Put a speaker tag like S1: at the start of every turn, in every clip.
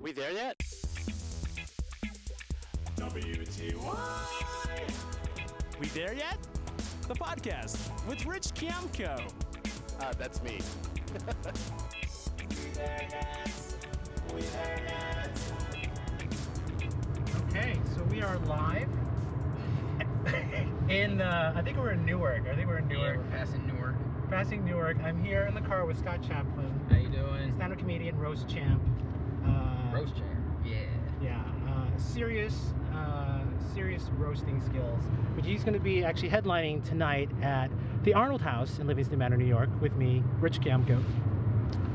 S1: We there yet?
S2: WTY!
S3: We there yet? The podcast with Rich Kiamko.
S1: Uh, that's me.
S2: We there yet? We there yet?
S4: Okay, so we are live in, uh, I think we're in Newark. I think we're in
S5: Yeah,
S4: Newark.
S5: we're passing Newark.
S4: Passing Newark. I'm here in the car with Scott Chaplin,
S5: How you doing?
S4: stand up comedian, roast champ. Uh,
S5: Roast chair. Yeah.
S4: Yeah, uh, serious, uh, serious roasting skills. But he's going to be actually headlining tonight at the Arnold House in Livingston Manor, New York, with me, Rich Kamko.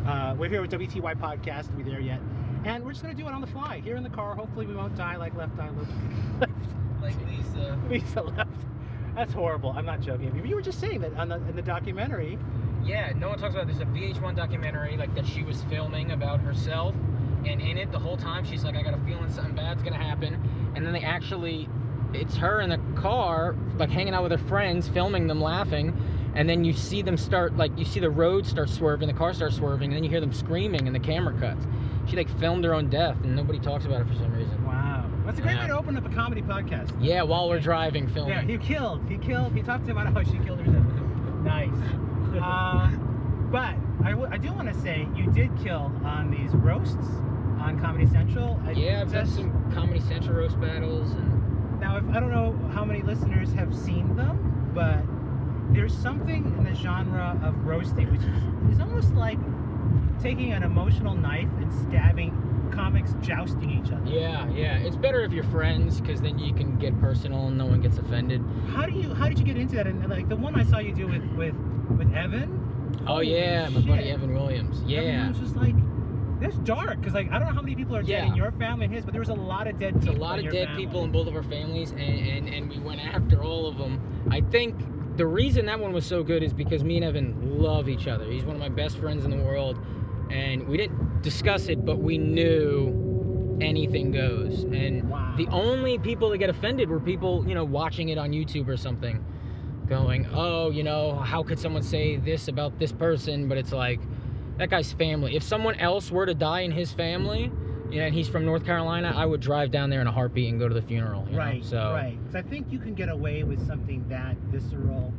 S4: Uh, we're here with WTY Podcast. Are we there yet? And we're just going to do it on the fly here in the car. Hopefully, we won't die like left eye left.
S5: Like Lisa.
S4: Lisa left. That's horrible. I'm not joking. You were just saying that on the, in the documentary.
S5: Yeah, no one talks about. There's a VH1 documentary like that she was filming about herself, and in it the whole time she's like, I got a feeling something bad's gonna happen, and then they actually, it's her in the car, like hanging out with her friends, filming them laughing, and then you see them start like you see the road start swerving, the car starts swerving, and then you hear them screaming, and the camera cuts. She like filmed her own death, and nobody talks about it for some reason.
S4: Wow, that's a great
S5: Yeah.
S4: way to open up a comedy podcast.
S5: Yeah, while we're driving, filming.
S4: Yeah, he killed. He killed. He talked about how she killed herself. Nice. Uh, but I, w- I do want to say you did kill on these roasts on Comedy Central. I
S5: Yeah, I've done
S4: just-
S5: some Comedy Central roast battles, and
S4: Now, if, I don't know how many listeners have seen them, but there's something in the genre of roasting which is, is almost like taking an emotional knife and stabbing comics jousting each other.
S5: yeah, yeah. It's better if you're friends, because then you can get personal and no one gets offended.
S4: How do you how did you get into that? And like the one I saw you do with with with Evan.
S5: Oh
S4: Holy
S5: yeah, my buddy
S4: shit.
S5: Evan Williams.
S4: Evan
S5: Yeah,
S4: was just like that's dark because like I don't know how many people are dead
S5: Yeah.
S4: in your family and his, but there was a lot of dead.
S5: it's a
S4: people
S5: lot
S4: in your
S5: of dead
S4: family.
S5: people in both of our families, and, and and we went after all of them. I think the reason that one was so good is because me and Evan love each other. He's one of my best friends in the world, and we didn't discuss it, but we knew anything goes. And
S4: Wow.
S5: the only people that get offended were people, you know, watching it on YouTube or something. going, oh, you know, how could someone say this about this person? But it's like, that guy's family. If someone else were to die in his family, you know, and he's from North Carolina, I would drive down there in a heartbeat and go to the funeral. you know?
S4: Right.
S5: So
S4: Right. Because I think you can get away with something that visceral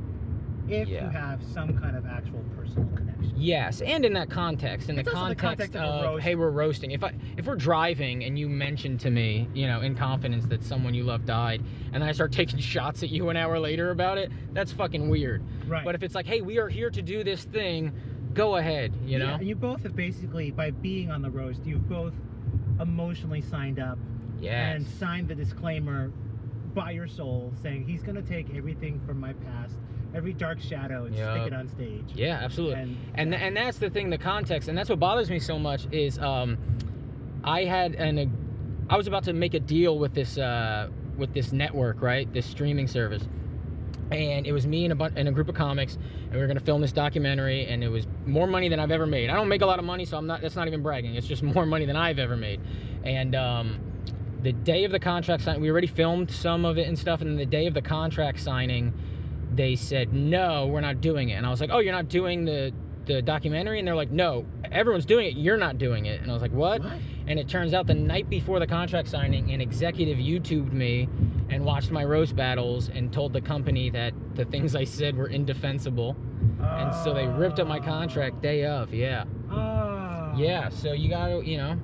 S4: if you
S5: Yeah.
S4: have some kind of actual personal connection.
S5: Yes, and in that context, in the
S4: It's also the
S5: context,
S4: context of a
S5: of,
S4: roast.
S5: hey, we're roasting. If I if we're driving and you mention to me, you know, in confidence that someone you love died, and then I start taking shots at you an hour later about it, that's fucking weird.
S4: Right.
S5: But if it's like, hey, we are here to do this thing, go ahead. You know.
S4: Yeah, and you both have basically, by being on the roast, you've both emotionally signed up
S5: Yes.
S4: and signed the disclaimer by your soul saying he's going to take everything from my past, every dark shadow, and
S5: Yup.
S4: stick it on stage.
S5: Yeah, absolutely.
S4: And-
S5: And and, th- and that's the thing, the context, and that's what bothers me so much is um, I had an ag- I was about to make a deal with this uh, with this network, right? This streaming service. And it was me and a, bun- and a group of comics, and we were gonna film this documentary, and it was more money than I've ever made. I don't make a lot of money, so I'm not. That's not even bragging. It's just more money than I've ever made. And um, the day of the contract signing, we already filmed some of it and stuff. And then the day of the contract signing, they said, "No, we're not doing it." And I was like, "Oh, you're not doing the the documentary?" And they're like, "No, everyone's doing it. You're not doing it." And I was like, "What?"
S4: What?
S5: And it turns out the night before the contract signing, an executive YouTubed me and watched my roast battles and told the company that the things I said were indefensible. And so they ripped up my
S4: Ah.
S5: contract day of. Yeah.
S4: Oh.
S5: Yeah, so you got to, you know,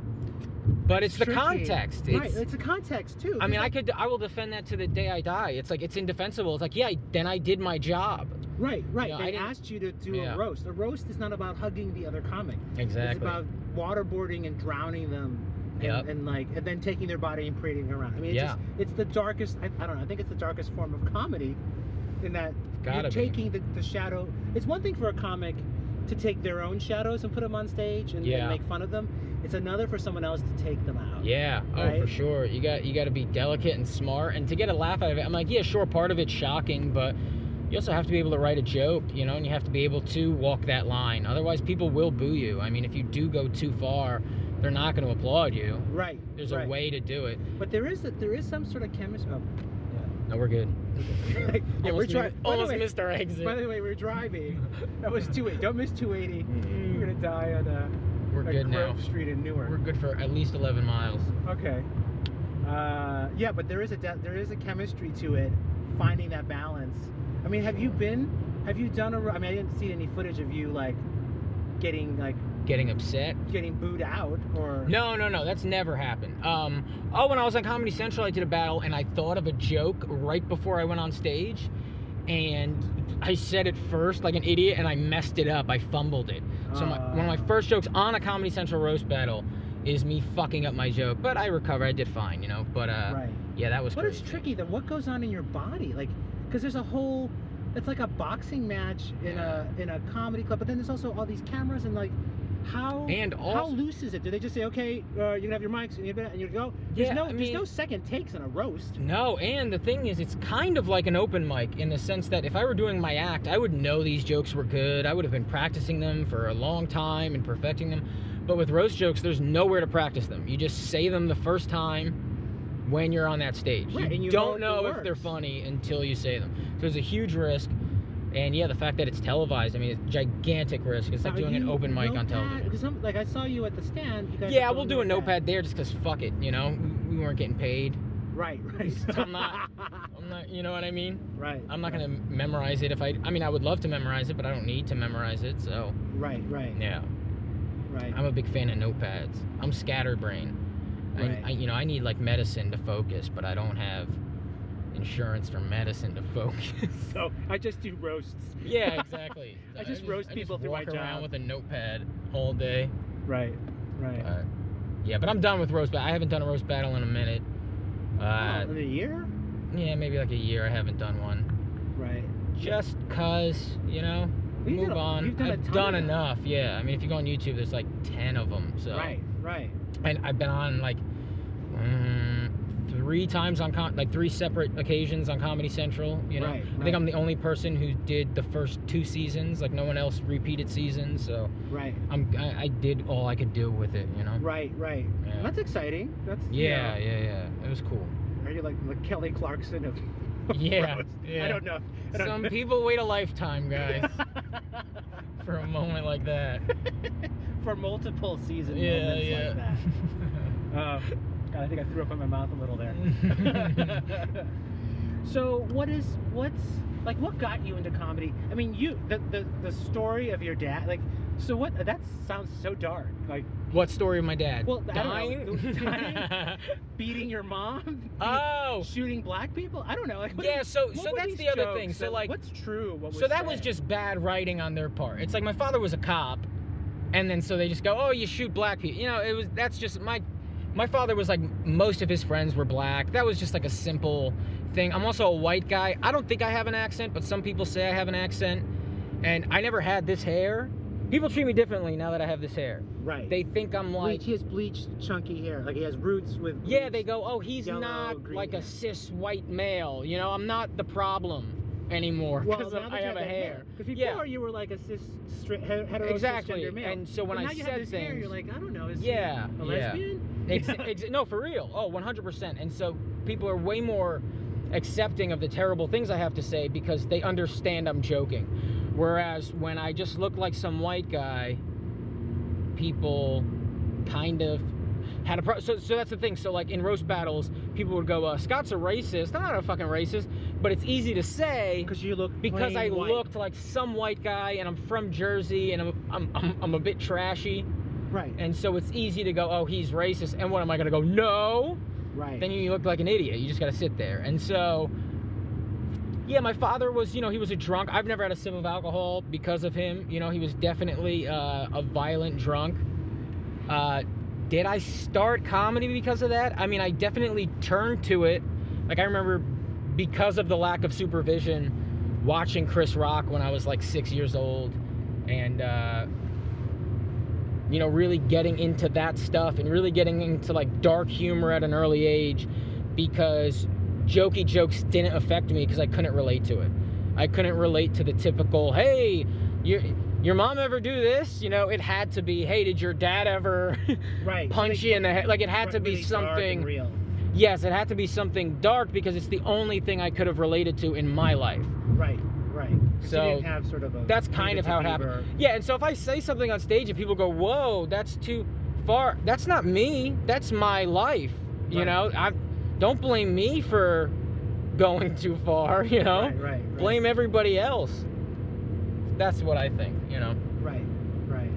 S5: but it's the
S4: Tricky.
S5: context. It's,
S4: right, it's a context too.
S5: I mean, I
S4: It's
S5: could, I will defend that to the day I die. It's like it's indefensible. It's like, yeah, then I did my job.
S4: like- right, right.
S5: Yeah, I
S4: they
S5: didn't-
S4: asked you to do
S5: Yeah.
S4: a roast. A roast is not about hugging the other comic. It's
S5: Exactly.
S4: about waterboarding and drowning them, and,
S5: Yep.
S4: and like, and then taking their body and parading it around. I mean, it's
S5: Yeah.
S4: just, it's the darkest. I, I don't know. I think it's the darkest form of comedy, in that
S5: Gotta
S4: you're
S5: be.
S4: taking the, the shadow. It's one thing for a comic to take their own shadows and put them on stage and, and
S5: Yeah.
S4: make fun of them. It's another for someone else to take them out.
S5: Yeah. Oh, for
S4: Right?
S5: sure. You got, you got to be delicate and smart, and to get a laugh out of it. I'm like, yeah, sure. Part of it's shocking, but you also have to be able to write a joke, you know, and you have to be able to walk that line. Otherwise, people will boo you. I mean, if you do go too far, they're not going to applaud you.
S4: Right.
S5: There's
S4: right.
S5: a way to do it.
S4: But there is a, there is some sort of chemistry. Oh,
S5: No, we're good.
S4: yeah, we're
S5: almost,
S4: driving.
S5: mi- almost missed our exit.
S4: By the way, we're driving. That was 280. Don't miss 280.
S5: Mm.
S4: You're gonna die on a.
S5: We're We're
S4: like
S5: good now.
S4: Grove Street in Newark.
S5: We're good for at least 11 miles.
S4: Okay. Uh, yeah, but there is a de- there is a chemistry to it, finding that balance. I mean, have you been? Have you done a? ro- I mean, I didn't see any footage of you like getting like
S5: Getting upset.
S4: getting booed out or.
S5: No, no, no. That's never happened. Um, oh, when I was on Comedy Central, I did a battle, and I thought of a joke right before I went on stage, and I said it first like an idiot, and I messed it up. I fumbled it. So my, one of my
S4: Ah.
S5: first jokes on a Comedy Central roast battle is me fucking up my joke, but I recovered. I did fine, you know. But uh,
S4: Right.
S5: yeah, that was.
S4: But it's
S5: crazy.
S4: tricky though. What goes on in your body? Like, because there's a whole. It's like a boxing match in a in a comedy club, but then there's also all these cameras and like, how
S5: And
S4: how
S5: also-
S4: loose is it? Do they just say okay, uh, you're gonna have your mics and you're gonna and you go? There's
S5: Yeah,
S4: no
S5: I
S4: there's no
S5: mean-
S4: second takes on a roast.
S5: No, and the thing is, it's kind of like an open mic in the sense that if I were doing my act, I would know these jokes were good. I would have been practicing them for a long time and perfecting them. But with roast jokes, there's nowhere to practice them. You just say them the first time when you're on that stage.
S4: Right,
S5: you,
S4: and you know
S5: don't
S4: if
S5: know
S4: it
S5: if they're
S4: works.
S5: funny until you say them. So it's a huge risk. And yeah, the fact that it's televised, I mean, it's gigantic risk. It's like doing an open mic on television.
S4: Because like I saw you at the stand. You guys
S5: Yeah,
S4: were
S5: we'll
S4: doing
S5: do a notepad there just because fuck it, you know? We- We weren't getting paid.
S4: Right, right.
S5: I'm not- I'm not, you know what I mean?
S4: right.
S5: I'm not gonna memorize it if I. I mean, I would love to memorize it, but I don't need to memorize it. So
S4: Right, right,
S5: yeah,
S4: right.
S5: I'm a big fan of notepads. I'm scatterbrained.
S4: Right.
S5: I, I, you know, I need like medicine to focus, but I don't have insurance for medicine to focus.
S4: so I just do roasts.
S5: yeah, exactly.
S4: I just roast people through my
S5: walk around
S4: job.
S5: with a notepad all day.
S4: Right, right.
S5: Uh, yeah, but I'm done with roast. Ba- I haven't done a roast battle in a minute. Uh,
S4: oh, in a year?
S5: yeah, maybe like a year. I haven't done one.
S4: Right.
S5: Just cause, you know.
S4: Well, you've
S5: move
S4: done a-
S5: on.
S4: you've done a
S5: I've
S4: ton
S5: done
S4: of them.
S5: enough. Yeah. I mean, if you go on YouTube, there's like ten of them. So.
S4: Right, right.
S5: And I've been on like mm, three times on com- like three separate occasions on Comedy Central. You know,
S4: Right,
S5: I
S4: right.
S5: think I'm the only person who did the first two seasons. Like no one else repeated seasons. So
S4: Right,
S5: I'm I, I did all I could do with it. You know.
S4: right, right.
S5: Yeah.
S4: That's exciting. That's you
S5: yeah,
S4: know,
S5: yeah, yeah. It was cool.
S4: Are you like the Kelly Clarkson of? of
S5: Yeah,
S4: roasts?
S5: yeah.
S4: I don't know. I don't
S5: Some
S4: know.
S5: people wait a lifetime, guys, for a moment like that.
S4: For multiple season
S5: Yeah,
S4: moments
S5: yeah.
S4: like that. Um, God, I think I threw up in my mouth a little there. so what is what's like what got you into comedy? I mean, you the, the the story of your dad like so what that sounds so dark like
S5: What story of my dad?
S4: Well, I
S5: dying.
S4: don't know. Dying? beating your mom,
S5: oh,
S4: shooting black people. I don't know like what
S5: yeah. So,
S4: what
S5: so
S4: were
S5: that's
S4: these
S5: the other thing.
S4: jokes
S5: So,
S4: that-
S5: like,
S4: what's true? What was
S5: so that was
S4: said?
S5: just bad writing on their part. It's like my father was a cop, and then so they just go, oh, you shoot black people. You know, it was that's just my, my father was like most of his friends were black. That was just like a simple thing. I'm also a white guy. I don't think I have an accent, but some people say I have an accent, and I never had this hair. People treat me differently now that I have this hair.
S4: right.
S5: They think I'm like
S4: bleach, he has bleached chunky hair. Like he has roots with
S5: Yeah, they
S4: bleached-
S5: go, oh, he's
S4: yellow,
S5: not
S4: green
S5: like a
S4: hair."
S5: cis white male. You know, I'm not the problem anymore
S4: Well,
S5: because
S4: now that
S5: I
S4: you
S5: have a
S4: that
S5: hair.
S4: Because before
S5: Yeah.
S4: you were like a cis, straight, hetero,
S5: Exactly,
S4: cisgender male.
S5: and so when
S4: But
S5: I
S4: now you
S5: said
S4: have this hair, you're
S5: things-
S4: like, I don't know, is she
S5: Yeah,
S4: a
S5: yeah.
S4: lesbian?
S5: Ex- ex- no, for real. Oh, 100%. And so people are way more accepting of the terrible things I have to say because they understand I'm joking. Whereas when I just look like some white guy, people kind of had a pro- so, so that's the thing. So like in roast battles, people would go, uh, "Scott's a racist." I'm not a fucking racist, but it's easy to say
S4: Because you look
S5: because
S4: plain
S5: I
S4: white.
S5: looked like some white guy and I'm from Jersey and I'm I'm, I'm, I'm a bit trashy.
S4: right,
S5: And so it's easy to go, oh, he's racist. And what am I going to go, no?
S4: right,
S5: Then you look like an idiot. You just got to sit there. And so, yeah, my father was, you know, he was a drunk. I've never had a sip of alcohol because of him. You know, he was definitely uh, a violent drunk. Uh, did I start comedy because of that? I mean, I definitely turned to it. Like, I remember because of the lack of supervision, watching Chris Rock when I was like six years old. And, uh, you know, really getting into that stuff and really getting into like dark humor at an early age because jokey jokes didn't affect me because I couldn't relate to it. I couldn't relate to the typical, hey, your your mom ever do this? You know, it had to be, hey, did your dad ever
S4: right.
S5: punch you in the head? Like it had to be
S4: Really dark and
S5: something.
S4: real.
S5: Yes, it had to be something dark because it's the only thing I could have related to in my life.
S4: Right, right. 'Cause
S5: So
S4: you didn't have sort of a
S5: that's kind
S4: David
S5: of how it
S4: Huber-
S5: happened. Yeah, and so if I say something on stage and people go, "Whoa, that's too far," that's not me. That's my life. You
S4: Right.
S5: know, I don't blame me for going too far. You know,
S4: Right, right, right.
S5: blame everybody else. That's what I think. You know,
S4: Right, right.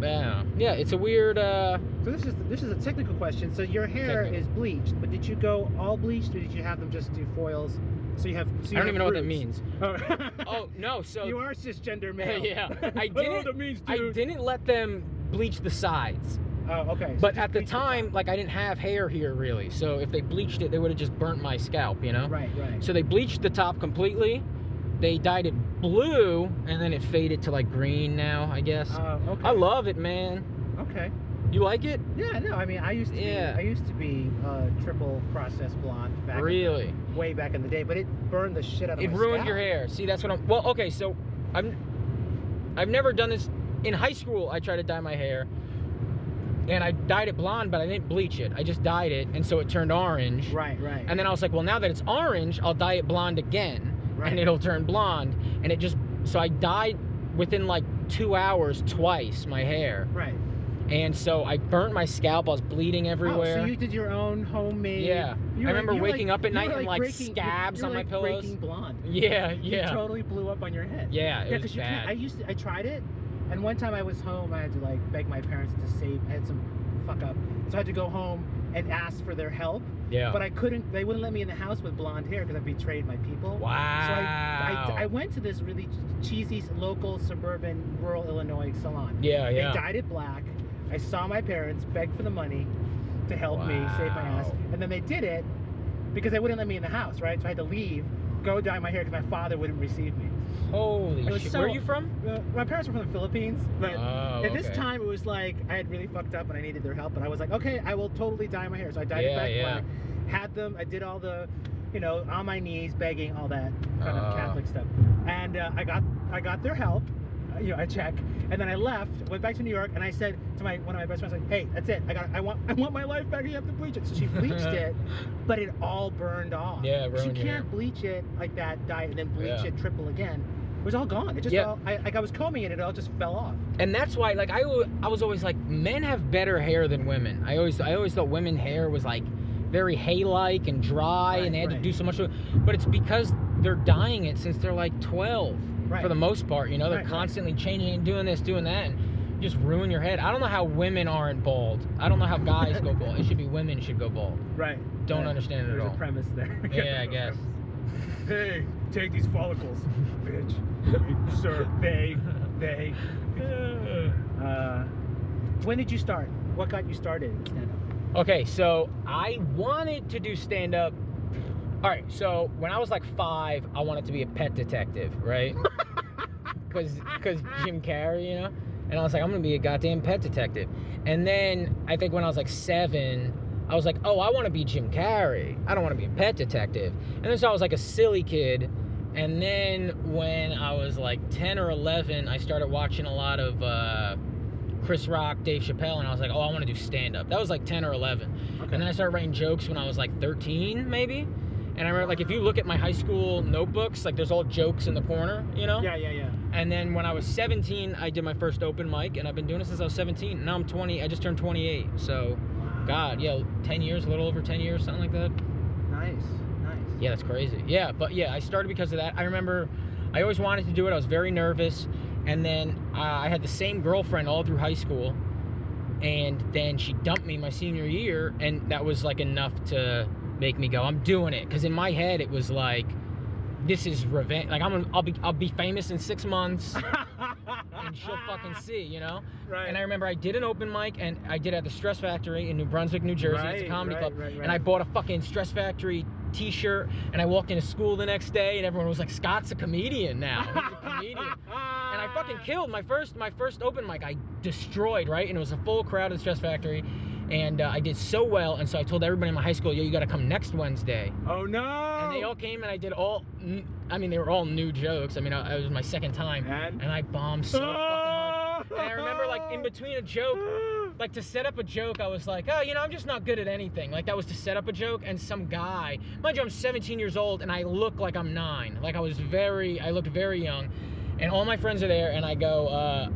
S5: yeah, yeah. It's a weird. uh
S4: So this is this is a technical question. So your hair
S5: Technical.
S4: is bleached, but did you go all bleached, or did you have them just do foils? So you have. So you
S5: I don't
S4: have
S5: even know what that
S4: roots.
S5: means.
S4: Oh,
S5: Oh no, so
S4: you are cisgender male.
S5: Yeah, I
S4: I don't know what
S5: didn't-
S4: that means,
S5: I
S4: dude.
S5: didn't let them bleach the sides.
S4: Oh, okay. so
S5: But
S4: just
S5: at the
S4: bleach
S5: time, like I didn't have hair here really, so if they bleached it, they would have just burnt my scalp, you know.
S4: Right, right.
S5: So they bleached the top completely. They dyed it blue, and then it faded to like green now, I guess.
S4: Oh, okay.
S5: I love it, man.
S4: Okay.
S5: You like it?
S4: Yeah, no, I mean, I used to.
S5: Yeah.
S4: Be, I used to be uh, triple process blonde back. in the-
S5: really?
S4: way back in the day, but it burned the shit out of
S5: It
S4: my
S5: ruined
S4: scalp.
S5: your hair. See, that's what I'm. Well, okay, so I'm. I've never done this. In high school, I tried to dye my hair, and I dyed it blonde, but I didn't bleach it. I just dyed it, and so it turned orange.
S4: Right, right.
S5: And then I was like, well, now that it's orange, I'll dye it blonde again,
S4: Right.
S5: and it'll turn blonde. And it just so I dyed within like two hours twice my hair,
S4: right.
S5: and so I burnt my scalp. I was bleeding everywhere.
S4: Oh, so you did your own homemade.
S5: Yeah.
S4: You
S5: I remember
S4: you
S5: waking up at
S4: you
S5: night
S4: were
S5: and, like,
S4: breaking- you-
S5: scabs
S4: you were
S5: on my
S4: like
S5: pillows.
S4: Breaking blonde.
S5: yeah,
S4: You
S5: yeah,
S4: totally blew up on your head.
S5: yeah.
S4: Yeah,
S5: It was
S4: because you can't. I
S5: bad.
S4: used to. I tried it, and one time I was home. I had to like beg my parents to save. I had some fuck up, so I had to go home and ask for their help.
S5: yeah.
S4: But I couldn't. They wouldn't let me in the house with blonde hair because I betrayed my people.
S5: wow.
S4: So I, I, I went to this really cheesy local suburban rural Illinois salon.
S5: yeah,
S4: They
S5: yeah.
S4: dyed it black. I saw my parents beg for the money to help me save my ass,
S5: Wow.
S4: and then they did it because they wouldn't let me in the house, right? So I had to leave, go dye my hair because my father wouldn't receive me. it
S5: Holy
S4: was
S5: shit.
S4: so-
S5: Where are you from?
S4: Uh, my parents were from the Philippines, but
S5: Oh,
S4: at this
S5: okay.
S4: time it was like I had really fucked up and I needed their help, and I was like, okay, I will totally dye my hair. So I dyed
S5: Yeah,
S4: it
S5: yeah.
S4: back black, had them, I did all the, you know, on my knees begging, all that kind
S5: Oh.
S4: of Catholic stuff, and uh, I got I got their help. uh, You know, I check, and then I left, went back to New York, and I said to my one of my best friends, like, "Hey, that's it. I got, I want, I want my life back. You have to bleach it." So she bleached it, but it all burned off.
S5: Yeah, it
S4: 'Cause
S5: ruined
S4: you
S5: your hair.
S4: can't bleach it like that, dye it, and then bleach
S5: Yeah.
S4: it triple again. It was all gone. It just
S5: Yeah.
S4: all I, like I was combing it, it all just fell off.
S5: And that's why, like, I, al- I was always like, men have better hair than women. I always I always thought women hair was like very hay-like and dry,
S4: Right,
S5: and they had
S4: right.
S5: to do so much. to it. But it's because they're dyeing it since they're like 12,
S4: Right.
S5: for the most part. You know, they're
S4: Right, right.
S5: constantly changing and doing this, doing that, and just ruin your head. I don't know how women aren't bald. I don't know how guys go bald. It should be women should go bald.
S4: Right.
S5: Don't understand it at
S4: There's
S5: all.
S4: a premise there.
S5: Yeah, I guess.
S4: Hey, take these follicles, bitch. Sir, they, they. Uh, when did you start? What got you started in stand up?
S5: Okay, so I wanted to do stand up. All right, so when I was like five, I wanted to be a pet detective, right? Because Jim Carrey, you know? And I was like, I'm gonna be a goddamn pet detective. And then I think when I was like seven, I was like, oh, I wanna be Jim Carrey. I don't wanna be a pet detective. And then so I was like a silly kid. And then when I was like 10 or 11, I started watching a lot of uh, Chris Rock, Dave Chappelle, and I was like, oh, I wanna do stand up. That was like 10 or 11. And then I started writing jokes when I was like 13, maybe. And I remember, like, if you look at my high school notebooks, like, there's all jokes in the corner, you know?
S4: Yeah, yeah, yeah.
S5: And then when I was 17, I did my first open mic, and I've been doing it since I was 17. Now I'm 20. I just turned 28. So, God, yeah, 10 years, a little over 10 years, something like that.
S4: Nice, nice.
S5: Yeah, that's crazy. Yeah, but yeah, I started because of that. I remember I always wanted to do it. I was very nervous. And then uh, I had the same girlfriend all through high school. And then she dumped me my senior year. And that was like enough to make me go, I'm doing it. Because in my head, it was like, this is revenge. Like I'm, gonna, I'll be, I'll be famous in six months, and she'll fucking see, you know.
S4: Right.
S5: And I remember I did an open mic, and I did it at the Stress Factory in New Brunswick, New Jersey. it's a
S4: Right,
S5: comedy
S4: right,
S5: club,
S4: right,
S5: and I
S4: right.
S5: bought a fucking Stress Factory T-shirt, and I walked into school the next day, and everyone was like, "Scott's a comedian now. He's a comedian." and I fucking killed my first my first open mic. I destroyed right, and it was a full crowd at the Stress Factory, and uh, I did so well. And so I told everybody in my high school, "Yo, you got to come next Wednesday."
S4: Oh no!
S5: And they all came and I did all, n- I mean, they were all new jokes. I mean, I, it was my second time.
S4: And?
S5: I bombed so fucking hard. And I remember, like, in between a joke, like to set up a joke, I was like, oh, you know, I'm just not good at anything. Like that was to set up a joke, and some guy, mind you, I'm 17 years old, and I look like I'm nine. Like I was very, I looked very young, and all my friends are there, and I go, uh,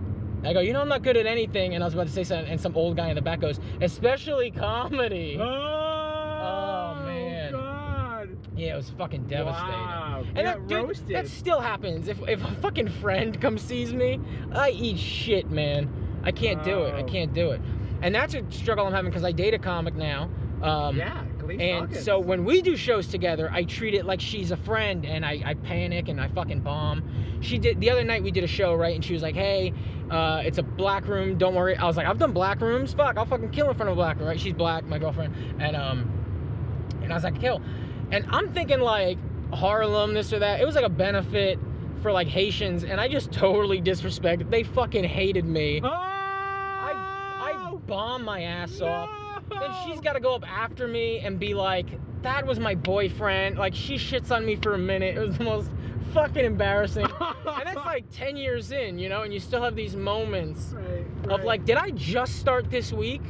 S5: I go, you know, I'm not good at anything, and I was about to say something, and some old guy in the back goes, especially comedy.
S4: Oh, oh
S5: man.
S4: God.
S5: Yeah, it was fucking devastating.
S4: Wow.
S5: And
S4: You
S5: that,
S4: got
S5: dude,
S4: roasted.
S5: that still happens. If, if a fucking friend comes sees me, I eat shit, man. I can't do it. I
S4: Oh.
S5: can't do it. And that's a struggle I'm having because I date a comic now. Um,
S4: yeah, Khalees
S5: And
S4: Hawkins.
S5: so when we do shows together, I treat it like she's a friend, and I, I panic and I fucking bomb. She did the other night we did a show right, and she was like, "Hey, uh, it's a black room. Don't worry." I was like, "I've done black rooms. Fuck, I'll fucking kill in front of a black room." Right? She's black, my girlfriend, and um, and I was like, kill. And I'm thinking like Harlem, this or that. It was like a benefit for like Haitians, and I just totally disrespected. They fucking hated me.
S4: Oh!
S5: I I bombed my ass off. Then she's got to go up after me and be like, that was my boyfriend. Like she shits on me for a minute. It was the most fucking embarrassing. and that's like 10 years in, you know, and you still have these moments
S4: Right,
S5: of
S4: right,
S5: like, did I just start this week?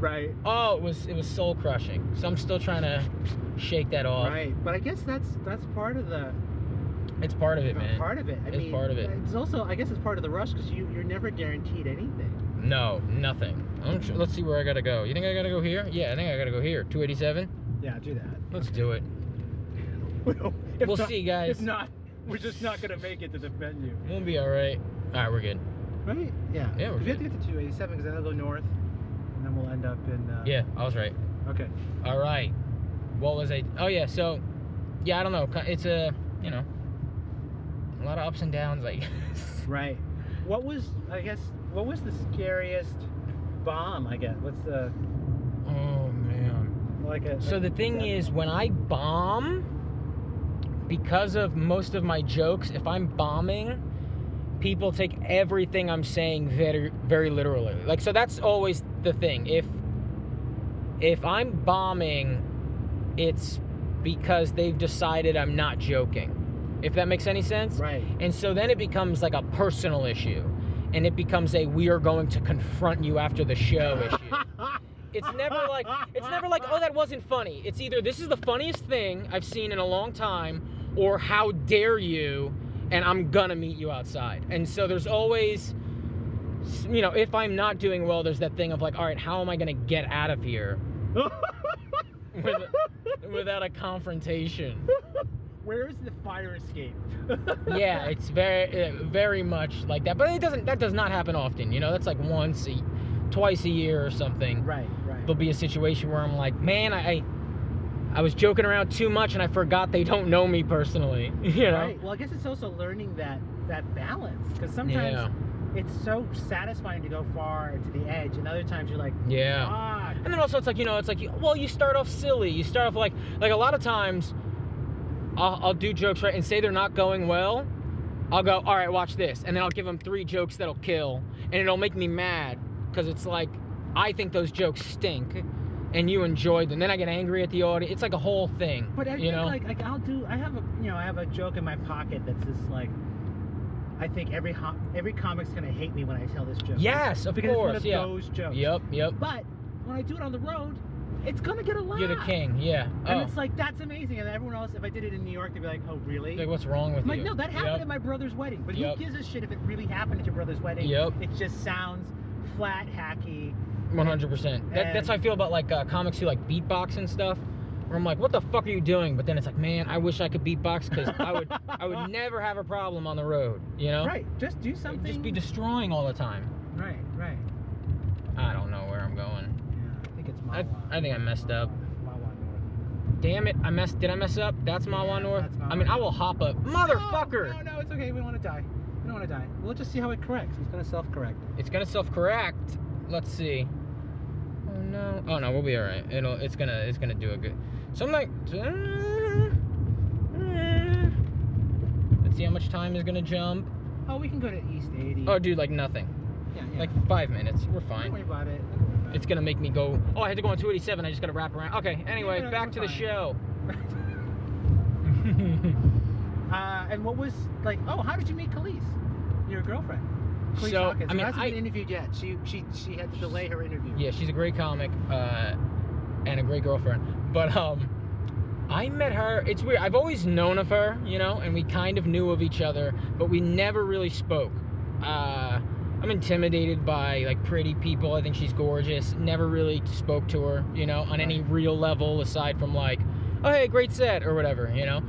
S4: right,
S5: Oh, it was it was soul crushing. So I'm still trying to shake that off.
S4: right. But I guess that's that's part of the
S5: It's part of it, man.
S4: part of it. I
S5: It's
S4: mean,
S5: part of it.
S4: It's also I guess it's part of the rush because you you're never guaranteed anything.
S5: No, nothing. I'm tr- let's see where I gotta go. You think I gotta go here? Yeah, I think I gotta go here. 287.
S4: Yeah, do that.
S5: Let's do it.
S4: If
S5: We'll
S4: not-
S5: see, guys.
S4: If not, we're just not gonna make it to the venue.
S5: We'll be all right. All right, we're good.
S4: Right? Yeah.
S5: Yeah, we're
S4: 'Cause We have to get to 287 because then I'll go north, and then we'll end up in. Uh,
S5: Yeah, I was right.
S4: Okay.
S5: All right. What was I? Oh yeah. So, yeah, I don't know. Ki- It's a you know, a lot of ups and downs. Like,
S4: Right. What was I guess what was the scariest bomb? I guess what's the
S5: oh man.
S4: like a.
S5: So the thing is, when I bomb, because of most of my jokes, if I'm bombing, people take everything I'm saying very, very literally. Like, so that's always the thing. If if I'm bombing, it's because they've decided I'm not joking. If that makes any sense.
S4: right.
S5: And so then it becomes like a personal issue, and it becomes a we are going to confront you after the show issue. It's never like it's never like oh that wasn't funny. It's either this is the funniest thing I've seen in a long time or how dare you and I'm gonna meet you outside. And so there's always s- you know if I'm not doing well there's that thing of like all right how am I gonna get out of here with, without a confrontation.
S4: Where is the fire escape?
S5: Yeah, it's very uh, very much like that. But it doesn't that does not happen often, you know. That's like once a, twice a year or something.
S4: Right. Right.
S5: there'll be a situation where I'm like, man, I, I, I was joking around too much and I forgot they don't know me personally. You know?
S4: Right. Well, I guess it's also learning that that balance because sometimes
S5: Yeah.
S4: it's so satisfying to go far to the edge, and other times you're like,
S5: Yeah.
S4: ah,
S5: And then also it's like you know it's like you- well you start off silly. You start off like like a lot of times, I'll, I'll do jokes right and say they're not going well. I'll go all right, watch this, and then I'll give them three jokes that'll kill, and it'll make me mad because it's like I think those jokes stink, and you enjoyed them. Then I get angry at the audience. It's like a whole thing.
S4: But I
S5: you
S4: think
S5: know?
S4: like like I'll do. I have a you know I have a joke in my pocket that's just like. I think every ho- every comic's gonna hate me when I tell this joke.
S5: yes, of
S4: because
S5: course,
S4: it's one of
S5: yeah.
S4: those jokes.
S5: Yep, yep.
S4: But when I do it on the road, it's gonna get a laugh.
S5: You're the king, yeah.
S4: And
S5: Oh.
S4: it's like that's amazing. And everyone else, if I did it in New York, they'd be like, "Oh, really?"
S5: Like, what's wrong with
S4: I'm like,
S5: you?
S4: no, that happened
S5: Yep.
S4: at my brother's wedding. But
S5: Yep.
S4: who gives a shit if it really happened at your brother's wedding?
S5: Yep.
S4: It just sounds flat, hacky.
S5: 100%. That, that's how I feel about like uh, comics who like beatbox and stuff. Where I'm like, what the fuck are you doing? But then it's like, man, I wish I could beatbox because I would, I would never have a problem on the road. You know,
S4: Right. Just do
S5: I'd
S4: something.
S5: just be destroying all the time.
S4: right. Right.
S5: I don't know where I'm going.
S4: Yeah, I think it's
S5: I-
S4: Mawa.
S5: I think I messed up.
S4: Mawa North.
S5: Damn it, I messed. Did I mess up? That's Mawa
S4: Yeah,
S5: North.
S4: that's
S5: I
S4: Mawa
S5: mean, I
S4: North.
S5: will hop up, motherfucker.
S4: No, no, no, it's okay. We don't want to die. We don't want to die. We'll just see how it corrects. It's gonna self-correct.
S5: It's gonna self-correct. Let's see. Oh no. Oh no, we'll be all right. It'll. It's gonna. It's gonna do a good. So I'm like. uh, Let's see how much time is gonna jump.
S4: Oh, we can go to East 80.
S5: Oh, dude, like nothing.
S4: yeah, yeah.
S5: Like five minutes. We're
S4: Don't
S5: fine.
S4: worry about it. Don't worry about
S5: It's gonna make me go. Oh, I had to go on 287. I just gotta wrap around. Okay. Anyway,
S4: no, no,
S5: back
S4: we're
S5: to the
S4: fine.
S5: show.
S4: it. Uh, and what was like? Oh, how did you meet Khalees? Your girlfriend. Queen
S5: So,
S4: Caucus,
S5: I mean,
S4: who hasn't
S5: I-
S4: been interviewed yet. She she she had to delay her interview.
S5: Yeah, she's a great comic uh, and a great girlfriend. But um, I met her. It's weird. I've always known of her, you know, and we kind of knew of each other, but we never really spoke. Uh, I'm intimidated by like pretty people. I think she's gorgeous. Never really spoke to her, you know, on any real level aside from like, oh hey, great set or whatever, you know.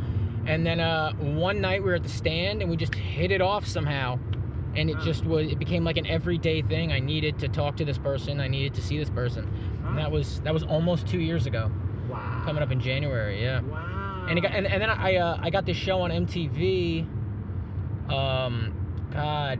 S5: And then uh, one night we were at the stand and we just hit it off somehow and it
S4: Wow.
S5: just was it became like an everyday thing i needed to talk to this person i needed to see this person
S4: Huh?
S5: and that was that was almost two years ago
S4: wow.
S5: coming up in january yeah
S4: Wow.
S5: and it got and, and then i uh, i got this show on mtv um god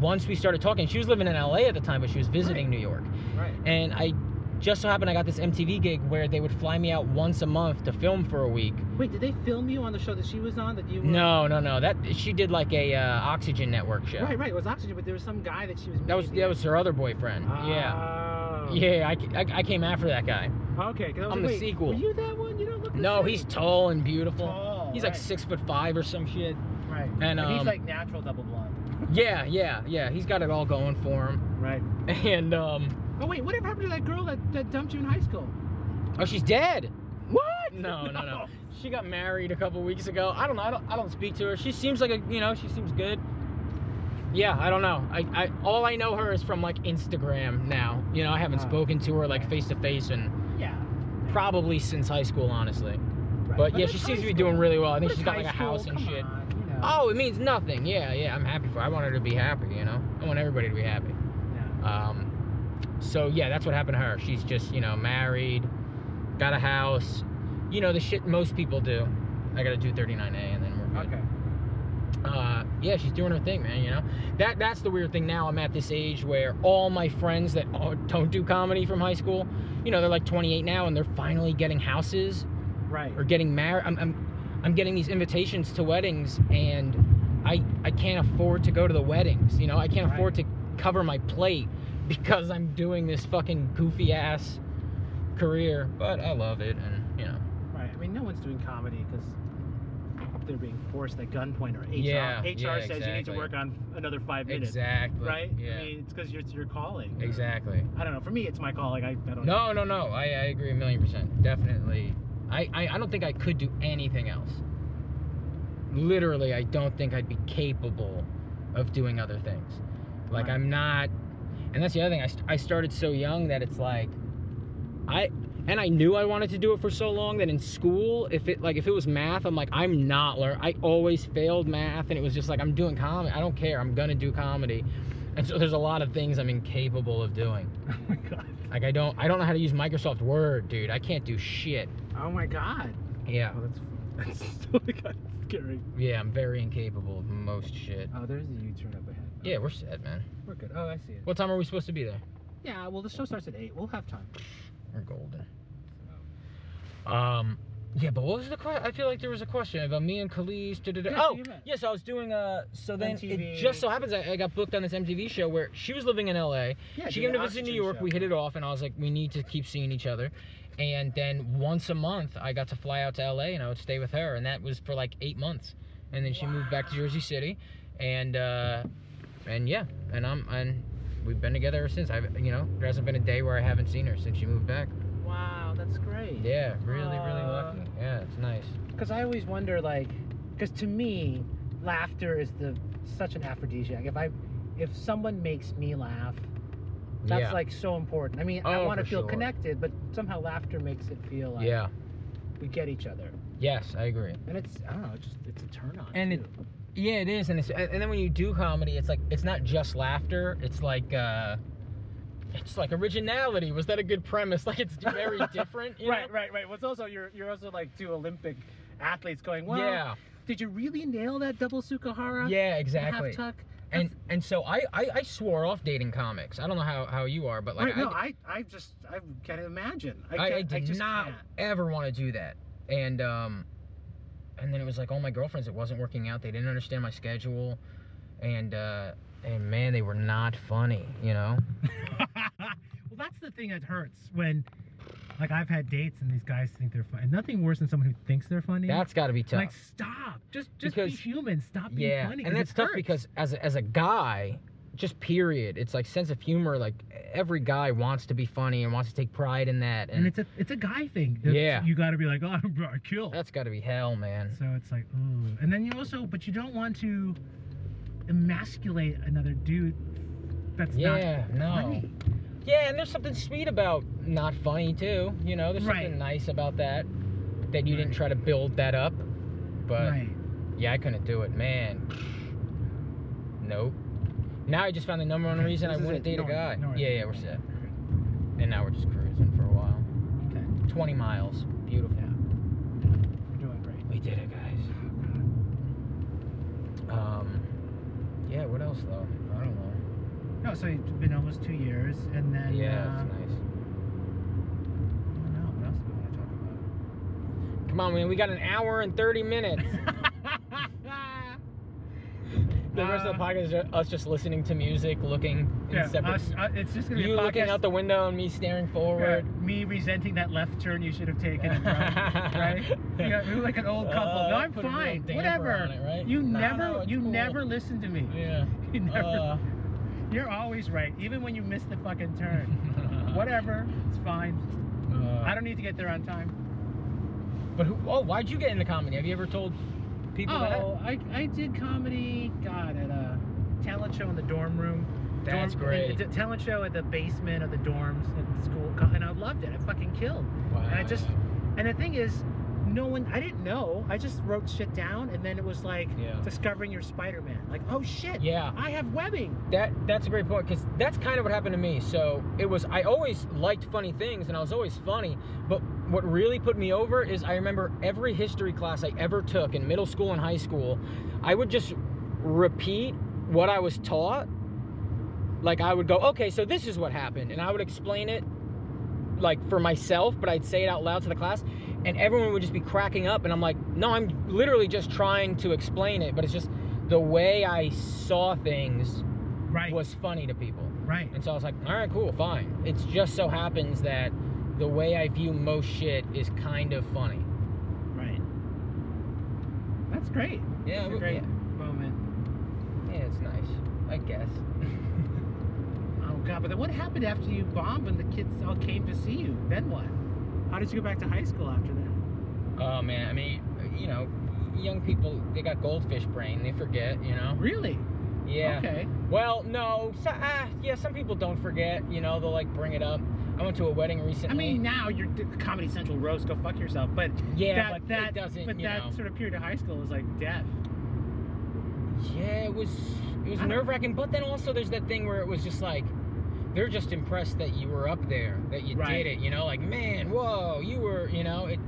S5: once we started talking she was living in la at the time but she was visiting new york
S4: right.
S5: and i just so happened i got this mtv gig where they would fly me out once a month to film for a week
S4: Wait, did they film you on the show that she was on? That you were...
S5: no no no that she did like a uh, oxygen network show
S4: Right, right. It was Oxygen, but there was some guy that she was.
S5: that was
S4: meeting.
S5: that was her other boyfriend
S4: Ah.
S5: yeah
S4: Oh.
S5: Yeah, I, I, I came after that guy.
S4: Okay. 'cause I was like,
S5: I'm the
S4: wait,
S5: sequel.
S4: Were you that one? You don't look. the
S5: No,
S4: same.
S5: he's tall and beautiful.
S4: Tall,
S5: he's like
S4: right.
S5: six foot five or some shit.
S4: Right.
S5: and,
S4: he's
S5: um,
S4: like natural double blonde.
S5: Yeah, yeah, yeah. He's got it all going for him.
S4: Right.
S5: And um,
S4: Oh wait, whatever happened to that girl that, that dumped you in high school?
S5: oh, she's dead.
S4: What?
S5: No, no, no. She got married a couple weeks ago. I don't know. I don't, I don't speak to her. She seems like a, you know, she seems good. Yeah, I don't know. I, I all I know her is from like Instagram now. You know, I haven't
S4: Ah.
S5: spoken to her like face to face and
S4: Yeah.
S5: probably since high school, honestly.
S4: Right.
S5: But yeah,
S4: that's
S5: she
S4: high
S5: seems to be
S4: school.
S5: doing really well. I think
S4: But
S5: she's
S4: it's
S5: got
S4: high
S5: like a
S4: school,
S5: house and
S4: come
S5: shit.
S4: on, you know.
S5: Oh, it means nothing. Yeah, yeah. I'm happy for. Her. I want her to be happy. You know, I want everybody to be happy.
S4: Yeah.
S5: Um, so yeah, that's what happened to her. She's just you know married, got a house, you know the shit most people do. I gotta do 39A and then we're good.
S4: Okay.
S5: Uh, yeah, she's doing her thing, man. You know, that that's the weird thing. Now I'm at this age where all my friends that uh, don't do comedy from high school, you know, they're like 28 now and they're finally getting houses
S4: Right.
S5: or getting married. I'm, I'm, I'm getting these invitations to weddings, and I, I can't afford to go to the weddings. You know, I can't
S4: Right.
S5: afford to cover my plate because I'm doing this fucking goofy ass career. But I love it, and you know,
S4: Right. I mean, no one's doing comedy because they're being forced at gunpoint or HR.
S5: Yeah,
S4: HR
S5: yeah,
S4: says you need to
S5: exactly.
S4: work on another five minutes.
S5: exactly.
S4: Right.
S5: Yeah.
S4: I mean, it's because it's your calling.
S5: exactly.
S4: I don't know. For me, it's my calling. I, I don't. know.
S5: No, no, no. I, I agree a million percent. Definitely. I, I, I don't think I could do anything else. Literally, I don't think I'd be capable of doing other things. Like,
S4: Right.
S5: I'm not. And that's the other thing. I, st- I started so young that it's like, I. And I knew I wanted to do it for so long that in school, if it like if it was math, I'm like I'm not learn. I always failed math, and it was just like I'm doing comedy. I don't care. I'm gonna do comedy, and so there's a lot of things I'm incapable of doing.
S4: Oh my god.
S5: Like I don't I don't know how to use Microsoft Word, dude. I can't do shit.
S4: Oh my god.
S5: Yeah.
S4: Oh, that's that's so oh god scary.
S5: Yeah, I'm very incapable of most shit.
S4: Oh, there's a U-turn up ahead. Oh,
S5: Yeah, we're set, man.
S4: We're good. Oh, I see it.
S5: What time are we supposed to be there?
S4: Yeah, well, the show starts at 8. We'll have time.
S5: We're golden. Um yeah, but what was the question? I feel like there was a question about me and Khalees. da, da, da.
S4: Yeah, so
S5: Oh,
S4: you met.
S5: yes, I was doing uh so then it
S4: MTV.
S5: just so happens I, I got booked on this MTV show where she was living in LA.
S4: Yeah,
S5: she
S4: do
S5: came
S4: the
S5: to visit New
S4: Oxygen
S5: York.
S4: show.
S5: We hit it off, and I was like, we need to keep seeing each other. And then once a month, I got to fly out to LA, and I would stay with her, and that was for like eight months. And then she moved back to Jersey City, and uh, and yeah, and I'm and we've been together ever since. I've you know there hasn't been a day where I haven't seen her since she moved back.
S4: Wow, that's great.
S5: Yeah, really, really
S4: Aw.
S5: lucky. Yeah, it's nice.
S4: Because I always wonder, like, because to me, laughter is the such an aphrodisiac. If I, if someone makes me laugh, that's
S5: yeah.
S4: like so important. I mean, I
S5: Oh,
S4: want to
S5: for
S4: feel
S5: sure.
S4: connected, but somehow laughter makes it feel like
S5: yeah.
S4: we get each other,
S5: Yes, I agree.
S4: and it's I don't know, it's just it's a turn on.
S5: And it-
S4: too.
S5: Yeah, it is, and it's, and and then when you do comedy, it's like it's not just laughter. It's like uh, it's like originality. Was that a good premise? Like it's very different. You
S4: right,
S5: know?
S4: right, right. Well, it's also you're you're also like two Olympic athletes going, well,
S5: yeah,
S4: did you really nail that double sukahara? The
S5: yeah,
S4: half
S5: exactly.
S4: tuck.
S5: And and so I, I I swore off dating comics. I don't know how how you are, but like
S4: right, no, I, I just, I can't imagine. I,
S5: I, I
S4: can't,
S5: did
S4: just
S5: not
S4: can't.
S5: ever want to do that. And um, and then it was like all my girlfriends, it wasn't working out. They didn't understand my schedule, and uh, and man, they were not funny. You know.
S4: well, that's the thing that hurts when, like, I've had dates and these guys think they're funny. Nothing worse than someone who thinks they're funny.
S5: That's got to be tough.
S4: like, stop. Just, just
S5: Because-
S4: be human. Stop being
S5: yeah,
S4: funny.
S5: and that's tough because as a, as a guy, just period. It's like sense of humor. Like every guy wants to be funny and wants to take pride in that.
S4: and
S5: And,
S4: it's a it's a guy thing. It's-
S5: Yeah.
S4: you got to be like, oh, I'm I kill.
S5: that's got to be hell, man.
S4: So it's like, ooh. And then you also, but you don't want to emasculate another dude that's
S5: Yeah,
S4: not
S5: no.
S4: funny.
S5: Yeah, and there's something sweet about not funny too. You know, there's
S4: Right.
S5: something nice about that. That you didn't
S4: Right.
S5: try to build that up. But
S4: right.
S5: yeah, I couldn't do it, man. Nope. Now I just found the number one
S4: Okay,
S5: reason I
S4: this is
S5: wouldn't
S4: it.
S5: date a
S4: No worries,
S5: guy.
S4: no worries.
S5: yeah, yeah, we're set. And now we're just cruising for a while.
S4: Okay.
S5: 20 miles. Beautiful.
S4: We're doing great.
S5: We did it, guys. Um, yeah, what else though? I don't know.
S4: No, so it's been almost two years, and then
S5: yeah,
S4: Uh,
S5: it's nice.
S4: I don't know what else do we want to talk about.
S5: Come on, man. We got an hour and 30 minutes. the rest of the
S4: Uh,
S5: podcast is ju- us just listening to music, looking in
S4: Yeah,
S5: separate.
S4: us- uh, it's just gonna be
S5: you
S4: a
S5: looking
S4: podcast-
S5: out the window and me staring
S4: Yeah,
S5: forward.
S4: me resenting that left turn you should have taken, and drunk, right? You know, we were like an old couple.
S5: Uh,
S4: no, I'm
S5: put a real
S4: fine.
S5: damper
S4: Whatever.
S5: on it, right?
S4: You
S5: No,
S4: never,
S5: no, it's
S4: you
S5: cool.
S4: never listen to me.
S5: Yeah.
S4: You never.
S5: Uh,
S4: You're always right, even when you miss the fucking turn. Whatever, it's fine.
S5: Uh,
S4: I don't need to get there on time.
S5: But who, oh, why'd you get into comedy? Have you ever told people that?
S4: Oh, I, I did comedy, God, at a talent show in the dorm room.
S5: That's
S4: Dorm-
S5: great.
S4: It's a talent show at the basement of the dorms at school, and I loved it. I fucking killed.
S5: Wow.
S4: And I just, and the thing is, no one, I didn't know. I just wrote shit down, and then it was like
S5: Yeah.
S4: discovering your Spider Man. Like, oh shit,
S5: Yeah.
S4: I have webbing.
S5: That that's a great point because that's kind of what happened to me. So it was I always liked funny things and I was always funny, but what really put me over is I remember every history class I ever took in middle school and high school, I would just repeat what I was taught. Like I would go, okay, so this is what happened, and I would explain it like for myself, but I'd say it out loud to the class, and everyone would just be cracking up, and I'm like, no, I'm literally just trying to explain it, but it's just the way I saw things
S4: Right.
S5: was funny to people.
S4: right.
S5: And so I was like, all right, cool, fine. It's just so happens that the way I view most shit is kind of funny.
S4: Right. That's great.
S5: Yeah,
S4: That's a
S5: we-
S4: great
S5: yeah.
S4: moment.
S5: Yeah, it's nice, I guess.
S4: Oh god, but then what happened after you bombed when the kids all came to see you? Then what? How did you go back to high school after that?
S5: Oh man, I mean, you know, young people they got goldfish brain, they forget, you know.
S4: Really?
S5: Yeah.
S4: Okay.
S5: Well, no, so, ah, yeah, some people don't forget, you know, they'll like bring it up. I went to a wedding recently.
S4: I mean, now you're d- Comedy Central roast. Go fuck yourself. But
S5: yeah,
S4: that
S5: but
S4: that
S5: it doesn't,
S4: but
S5: you
S4: that
S5: know.
S4: sort of period of high school was like death.
S5: Yeah, it was it was
S4: I don't-
S5: nerve wracking. But then also there's that thing where it was just like they're just impressed that you were up there, that you
S4: Right.
S5: did it. You know, like man, whoa, you were. You know, it.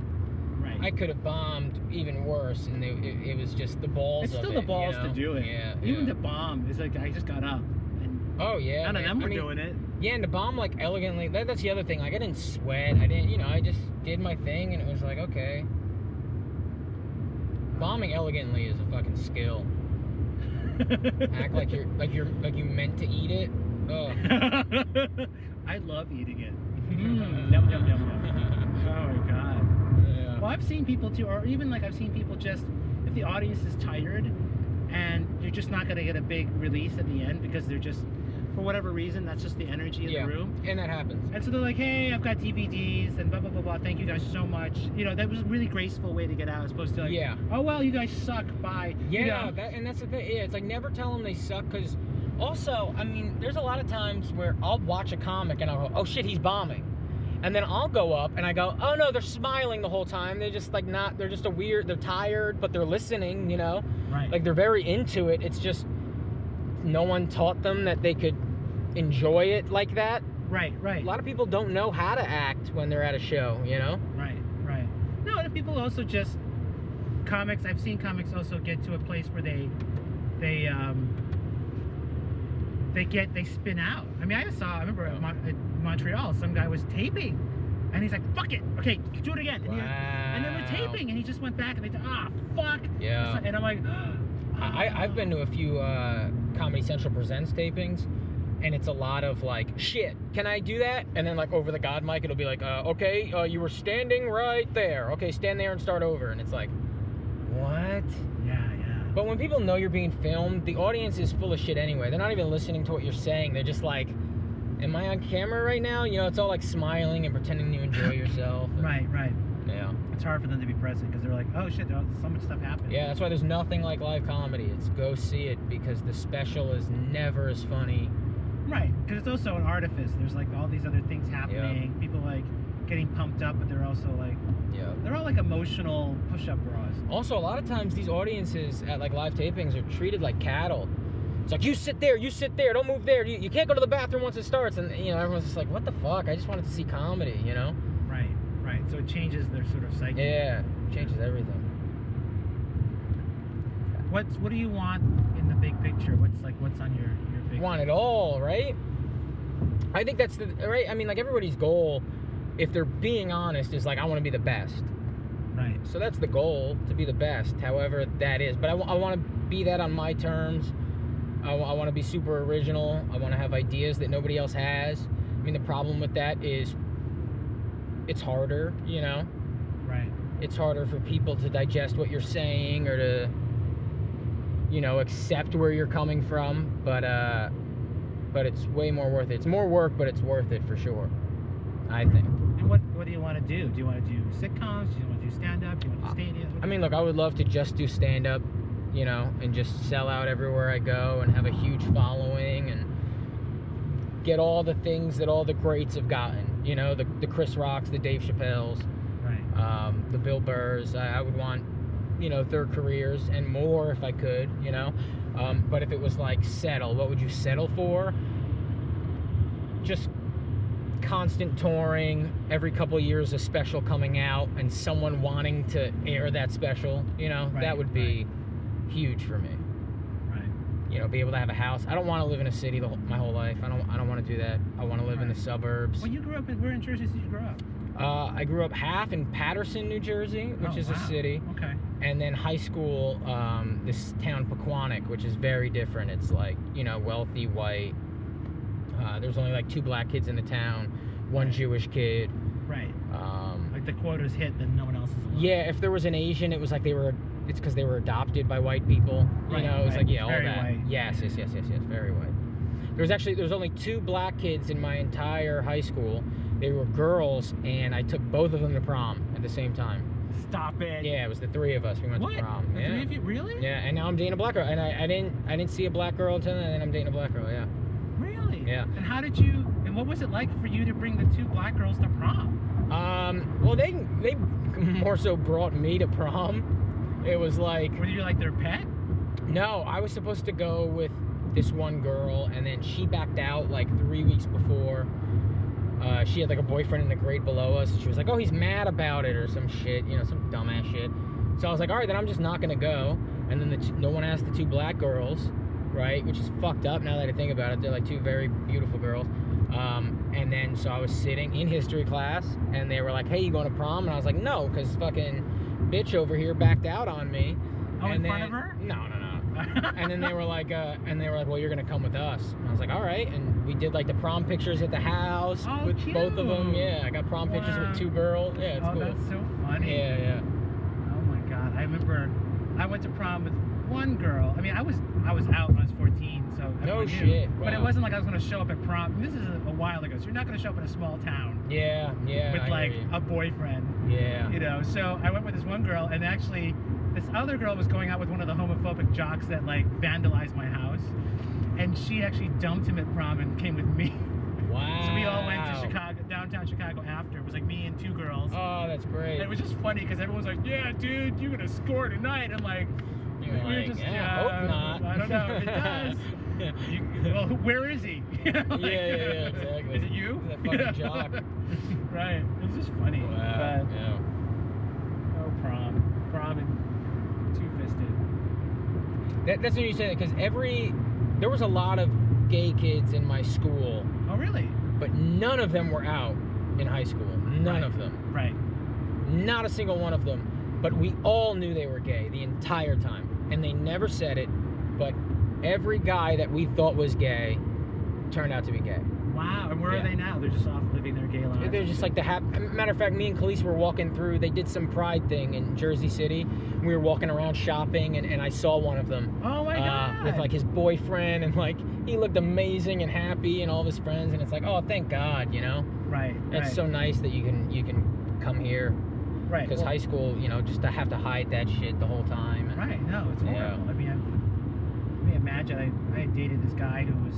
S4: Right.
S5: I could have bombed even worse, and they, it, it was just the balls.
S4: it's
S5: of
S4: still
S5: it,
S4: the
S5: you
S4: balls to
S5: know?
S4: do it.
S5: Yeah.
S4: Even
S5: yeah.
S4: the bomb is like I just got up. And
S5: oh yeah.
S4: none of
S5: man.
S4: them
S5: I
S4: were
S5: mean,
S4: doing it.
S5: Yeah, and the bomb like elegantly. That, that's the other thing. Like I didn't sweat. I didn't. You know, I just did my thing, and it was like okay. Bombing elegantly is a fucking skill. Act like you're like you're like you meant to eat it. Oh, Ugh.
S4: I love eating it. Mm, yum, yum, yum, yum. Oh my god.
S5: Yeah.
S4: Well, I've seen people too, or even like I've seen people just if the audience is tired and you're just not gonna get a big release at the end because they're just for whatever reason that's just the energy of
S5: Yeah.
S4: the room.
S5: And that happens.
S4: And so they're like, hey, I've got DVDs and blah blah blah blah. Thank you guys so much. You know, that was a really graceful way to get out as opposed to like,
S5: Yeah.
S4: oh well, you guys suck. Bye. You
S5: Yeah,
S4: know?
S5: that, and that's the thing. Yeah, it's like never tell them they suck because also, I mean, there's a lot of times where I'll watch a comic and I'll go, oh shit, he's bombing. And then I'll go up and I go, oh no, they're smiling the whole time. They're just like not, they're just a weird, they're tired, but they're listening, you know?
S4: right.
S5: Like they're very into it. It's just no one taught them that they could enjoy it like that.
S4: right.
S5: A
S4: Right.
S5: lot of people don't know how to act when they're at a show, you know?
S4: Right, right. No, and people also just comics. I've seen comics also get to a place where they they um they get they spin out. I mean, I saw. I remember at, Mon- at Montreal, some guy was taping, and he's like, "Fuck it, okay, do it again." And, he, and they were
S5: Wow.
S4: taping, and he just went back, and they said, "Ah, fuck."
S5: Yeah.
S4: And I'm like,
S5: I, I've been to a few uh, Comedy Central Presents tapings, and it's a lot of like, shit, can I do that? And then, like, over the God mic, it'll be like, uh, okay, uh, you were standing right there. Okay, stand there and start over. And it's like, what?
S4: Yeah, yeah.
S5: But when people know you're being filmed, the audience is full of shit anyway. They're not even listening to what you're saying. They're just like, "Am I on camera right now?" You know, it's all like smiling and pretending you enjoy yourself. and-
S4: Right, right.
S5: Yeah.
S4: It's hard for them to be present because they're like, oh shit, oh, so much stuff happened.
S5: Yeah, that's why there's nothing like live comedy. It's go see it because the special is never as funny.
S4: Right, because it's also an artifice. There's like all these other things happening. People like getting pumped up, but they're also like
S5: Yeah.
S4: they're all like emotional push-up bras.
S5: Also, a lot of times these audiences at like live tapings are treated like cattle. It's like you sit there, you sit there, don't move there. You, you can't go to the bathroom once it starts, and you know everyone's just like, "What the fuck? I just wanted to see comedy," you know?
S4: Right, right. So it changes their sort of psyche.
S5: Yeah, changes everything.
S4: What's what do you want in the big picture? What's like what's on your your big?
S5: Want it all, right? I think that's the right. I mean, like everybody's goal, if they're being honest, is like, "I want to be the best."
S4: Right.
S5: So that's the goal to be the best, however that is. But I, want to be that on my terms. I want to be super original. I want to have ideas that nobody else has. I mean, the problem with that is it's harder, you know?
S4: Right.
S5: It's harder for people to digest what you're saying or to, you know, accept where you're coming from. But, uh, but it's way more worth it. It's more work, but it's worth it for sure. I think.
S4: And what what do you want to do? Do you want to do sitcoms? Do you want to do stand-up? Do you want to
S5: Uh,
S4: do stand up?
S5: I mean, look, I would love to just do stand up, you know, and just sell out everywhere I go and have a huge following and get all the things that all the greats have gotten, you know, the, the Chris Rocks, the Dave Chappelles,
S4: right.
S5: um, the Bill Burrs. I, I would want, you know, their careers and more if I could, you know. Um, but if it was like settle, what would you settle for? Just constant touring, every couple years a special coming out, and someone wanting to air that special, you know,
S4: Right,
S5: that would be huge for me.
S4: Right.
S5: You know, be able to have a house. I don't want to live in a city the whole, my whole life. I don't. I don't want to do that. I want to live in the
S4: Right.
S5: suburbs.
S4: Well, you grew up in where in Jersey did you grow up?
S5: Uh, I grew up half in Paterson, New Jersey, which
S4: Oh,
S5: is
S4: wow.
S5: a city,
S4: Okay.
S5: and then high school, um, this town Pequannock, which is very different. It's like you know, wealthy white. Uh, there's only like two black kids in the town, one
S4: Right.
S5: Jewish kid.
S4: Right.
S5: Um,
S4: Like the quota's hit, then no one else is. allowed.
S5: yeah, if there was an Asian, it was like they were. It's because they were adopted by white people. You
S4: Right,
S5: know, it's
S4: right.
S5: like yeah, all
S4: Very
S5: that.
S4: white.
S5: Yes, yes, yes, yes, yes, very white. There was actually there was only two black kids in my entire high school. They were girls, and I took both of them to prom at the same time.
S4: Stop it.
S5: Yeah, it was the three of us. We went
S4: What?
S5: to prom.
S4: The
S5: yeah.
S4: three of you? Really?
S5: Yeah, and now I'm dating a black girl, and I, I didn't I didn't see a black girl until then, and then I'm dating a black girl. Yeah.
S4: Really?
S5: Yeah.
S4: And how did you? And what was it like for you to bring the two black girls to prom?
S5: Um. Well, they they more so brought me to prom. It was like
S4: Were you like their pet?
S5: no, I was supposed to go with this one girl, and then she backed out like three weeks before. Uh, she had like a boyfriend in the grade below us. And she was like, "Oh, he's mad about it or some shit, you know, some dumbass shit." So I was like, "All right, then I'm just not gonna go." And then the t- no one asked the two black girls, right? Which is fucked up now that I think about it. They're like two very beautiful girls. Um, and then so I was sitting in history class, and they were like, "Hey, you going to prom?" And I was like, "No," because fucking bitch over here backed out on me.
S4: Oh, in
S5: And
S4: front of
S5: then-
S4: her?
S5: No, no, no and then they were like, uh, and they were like, well, you're gonna come with us. And I was like, all right. And we did like the prom pictures at the house
S4: Oh,
S5: with both of them.
S4: cute.
S5: Yeah, I got prom pictures
S4: Wow.
S5: with two girls. Yeah, it's
S4: oh,
S5: cool.
S4: that's so funny.
S5: Yeah, yeah.
S4: Oh my god, I remember I went to prom with one girl. I mean, I was I was out when I was 14, so everyone
S5: No
S4: knew.
S5: shit,
S4: But it
S5: wow.
S4: wasn't like I was gonna show up at prom. This is a, a while ago, so you're not gonna show up in a small town
S5: Yeah, yeah. I
S4: with
S5: hear
S4: like
S5: you.
S4: a boyfriend,
S5: yeah.
S4: you know. So I went with this one girl, and actually, this other girl was going out with one of the homophobic jocks that like vandalized my house, and she actually dumped him at prom and came with me.
S5: Wow.
S4: So we all went to Chicago, downtown Chicago after. It was like me and two girls.
S5: Oh, that's great.
S4: And it was just funny because everyone's like, "Yeah, dude, you're gonna score tonight." I'm like,
S5: You're
S4: we were
S5: like,
S4: just-
S5: yeah,
S4: yeah,
S5: hope not.
S4: I don't know if it does. you, "Well, who- where is he?" You know, like,
S5: yeah, yeah, yeah, exactly.
S4: Is it you?
S5: That
S4: You know?
S5: fucking jock.
S4: right. It's just funny.
S5: Wow. Yeah.
S4: But, oh, prom, prom, and two fisted.
S5: That, that's what you say because every there was a lot of gay kids in my school,
S4: Oh, really?
S5: but none of them were out in high school. None
S4: Right.
S5: of them.
S4: Right.
S5: Not a single one of them. But we all knew they were gay the entire time. And they never
S4: Oh,
S5: said it, but every guy that we thought was gay turned out to be gay.
S4: Wow. And where
S5: Yeah.
S4: are they now? They're just off living their gay lives.
S5: They're just like the hap- matter of fact, me and Khalees were walking through. They did some pride thing in Jersey City. We were walking around shopping, and, and I saw one of them
S4: oh my
S5: uh,
S4: god.
S5: with like his boyfriend, and like he looked amazing and happy, and all of his friends. And it's like, oh, thank God, you know,
S4: right.
S5: it's
S4: right,
S5: so nice that you can you can come here
S4: right.
S5: because
S4: well,
S5: high school, you know, just to have to hide that shit the whole time. And,
S4: Right. No, it's horrible.
S5: Yeah.
S4: I mean, I, I mean, imagine I, I dated this guy who was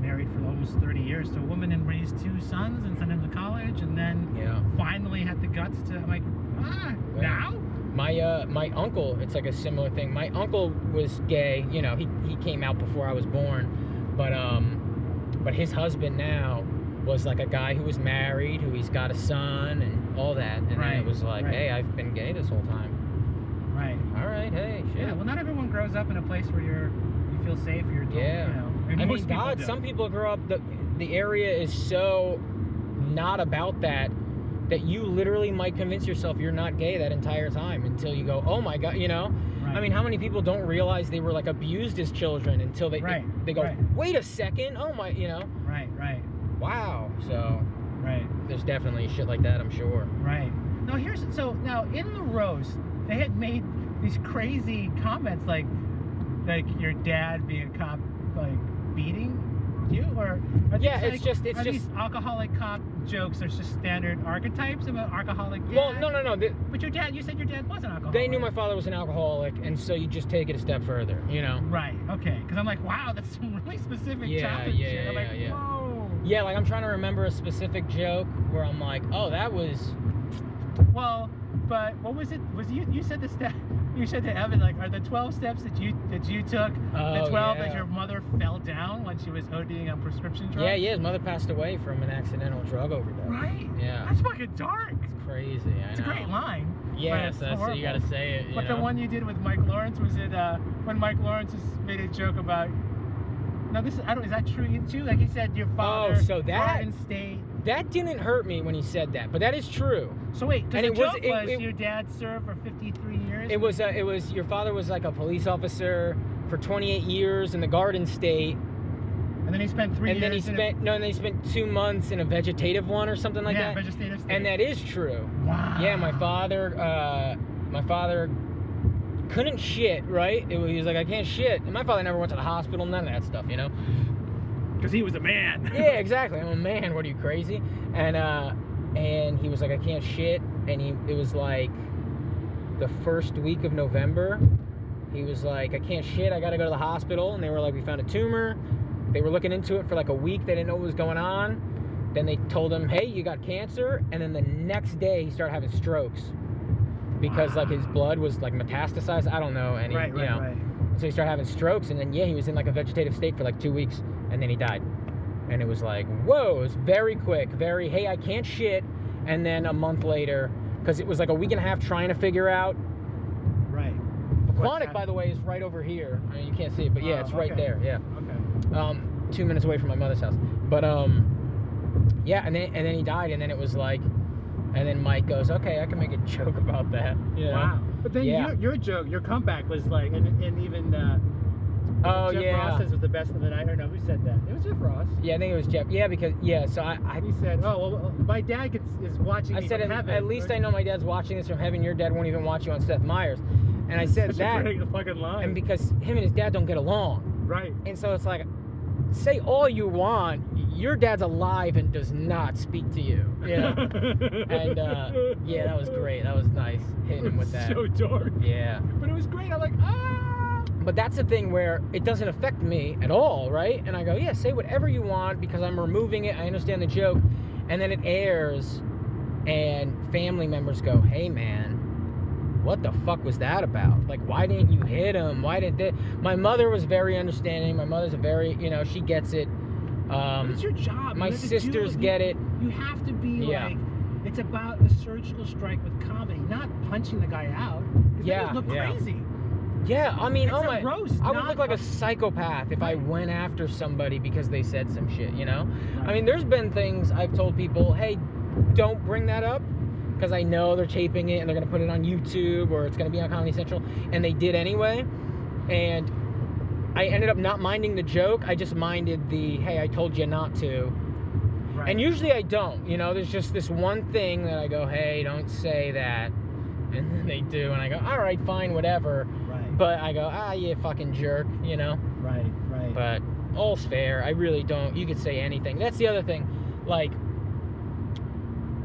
S4: married for almost 30 years to a woman and raised two sons and sent him to college and then
S5: Yeah.
S4: finally had the guts to I'm like ah
S5: Yeah.
S4: now
S5: My uh, my uncle, it's like a similar thing. My uncle was gay. You know, he, he came out before I was born, but um, but his husband now was like a guy who was married, who he's got a son and all that. And then
S4: Right,
S5: it was like,
S4: right.
S5: hey, I've been gay this whole time.
S4: right
S5: All right, hey, shit.
S4: yeah well not everyone grows up in a place where you're you feel safe or you're told,
S5: Yeah.
S4: you know I mean,
S5: I
S4: most
S5: mean,
S4: people
S5: God,
S4: do.
S5: some people grow up. The the area is so not about that that you literally might convince yourself you're not gay that entire time until you go, oh my God, you know.
S4: Right.
S5: I mean, how many people don't realize they were like abused as children until they
S4: Right,
S5: they go,
S4: right.
S5: wait a second, oh my, you know,
S4: right right
S5: wow. So
S4: right
S5: there's definitely shit like that, I'm sure.
S4: Right. Now here's so now in the roast they had made these crazy comments like like your dad being a cop like beating you or are
S5: Yeah,
S4: these,
S5: it's
S4: like-
S5: just- it's
S4: are
S5: just-
S4: these alcoholic cop jokes are just standard archetypes of an alcoholic dad.
S5: Well, no, no, no. They,
S4: But your dad, you said your dad was an alcoholic.
S5: they knew my father was an alcoholic, and so you just take it a step further, you know.
S4: Right. Okay. Because I'm like, wow, that's some really specific
S5: Yeah,
S4: childhood
S5: yeah,
S4: shit. I'm
S5: yeah,
S4: like,
S5: yeah.
S4: whoa.
S5: Yeah, like I'm trying to remember a specific joke where I'm like, oh, that was
S4: Well, but what was it? Was you you said the step? You said to Evan like, are the twelve steps that you that you took
S5: Oh,
S4: the twelve
S5: yeah.
S4: that your mother fell down when she was ODing on prescription drugs?
S5: Yeah, yeah, his mother passed away from an accidental drug overdose.
S4: Right.
S5: Yeah.
S4: That's fucking dark.
S5: It's crazy. I
S4: It's a
S5: know.
S4: great line.
S5: Yes,
S4: it's
S5: that's it. You gotta
S4: horrible.
S5: say it. you
S4: But the
S5: know?
S4: one you did with Mike Lawrence was it uh, when Mike Lawrence just made a joke about. No, this is, I don't. Is that true too? Like he said, your father.
S5: Oh, so that-
S4: Garden State.
S5: that didn't hurt me when he said that, but that is true.
S4: So wait, 'cause
S5: And
S4: the
S5: it was-
S4: joke
S5: it-
S4: was
S5: it-
S4: your dad served for 53 years.
S5: It was uh, it was your father was like a police officer for 28 years in the Garden State,
S4: and then he spent three
S5: and then he
S4: years. in a-
S5: spent no, and then he spent two months in a vegetative one or something like
S4: yeah,
S5: that.
S4: vegetative state.
S5: And that is true.
S4: Wow.
S5: Yeah, my father, uh, my father couldn't shit. Right? It was, he was like, I can't shit. And my father never went to the hospital. None of that stuff, you know.
S4: Because he was a man.
S5: yeah, exactly. I'm a man. What are you crazy? And uh, and he was like, I can't shit. And he, it was like, the first week of November, he was like, I can't shit. I gotta go to the hospital. And they were like, we found a tumor. They were looking into it for like a week. They didn't know what was going on. Then they told him, hey, you got cancer. And then the next day, he started having strokes because like his blood was like metastasized. I don't know any.
S4: Right,
S5: you
S4: right,
S5: know.
S4: right.
S5: So he started having strokes, and then yeah, he was in like a vegetative state for like two weeks, and then he died. And it was like, whoa, it was very quick, very hey, I can't shit. And then a month later, because it was like a week and a half trying to figure out.
S4: Right.
S5: Aquatic, by the way, is right over here. I mean, you can't see it, but yeah,
S4: Oh,
S5: it's right
S4: okay.
S5: there. Yeah,
S4: Okay.
S5: um, two minutes away from my mother's house. But um, yeah, and then and then he died, and then it was like, and then Mike goes, okay, I can make a joke about that. you know?
S4: Wow. But then
S5: Yeah.
S4: your, your joke, your comeback was like, and, and even uh,
S5: Oh
S4: Jeff
S5: yeah.
S4: Ross says was the best of the night. I don't know who said that. It was Jeff Ross.
S5: yeah, I think it was Jeff. Yeah, because yeah, so I, I
S4: He said, "Oh, well, well, my dad gets, is watching
S5: I
S4: me
S5: said,
S4: from
S5: at,
S4: heaven."
S5: at least I know my dad's watching this from heaven. Your dad won't even watch you on Seth Meyers. And I said
S4: Such
S5: that,
S4: A great fucking line.
S5: and because him and his dad don't get along.
S4: right.
S5: And so it's like, say all you want, your dad's alive and does not speak to you. You know? and uh, yeah, that was great. That was nice hitting him with that.
S4: So dark,
S5: Yeah.
S4: but it was great. I'm like, ah.
S5: But that's the thing where it doesn't affect me at all, right? And I go, yeah, say whatever you want because I'm removing it. I understand the joke. And then it airs, and family members go, hey, man, what the fuck was that about? Like, why didn't you hit him? Why didn't that? My mother was very understanding. My mother's a very, you know, she gets it.
S4: But
S5: Um,
S4: it's your job. You
S5: my
S4: have to do
S5: sisters
S4: it.
S5: get it.
S4: You have to be
S5: Yeah.
S4: like, it's about a surgical strike with comedy, not punching the guy out. 'cause
S5: Yeah,
S4: That would look
S5: yeah.
S4: crazy.
S5: Yeah, I mean,
S4: It's
S5: oh
S4: a
S5: my,
S4: roast,
S5: I would
S4: not
S5: look like
S4: a-
S5: a psychopath if I went after somebody because they said some shit, you know? I
S4: Right.
S5: mean, there's been things I've told people, hey, don't bring that up because I know they're taping it and they're gonna put it on YouTube or it's gonna be on Comedy Central, and they did anyway. And I ended up not minding the joke. I just minded the, hey, I told you not to,
S4: Right.
S5: And usually I don't. You know, there's just this one thing that I go, hey, don't say that. And then they do, and I go, all right, fine, whatever.
S4: Right.
S5: But I go, ah, you fucking jerk, you know?
S4: right. Right.
S5: But all's fair. I really don't. You could say anything. That's the other thing. Like,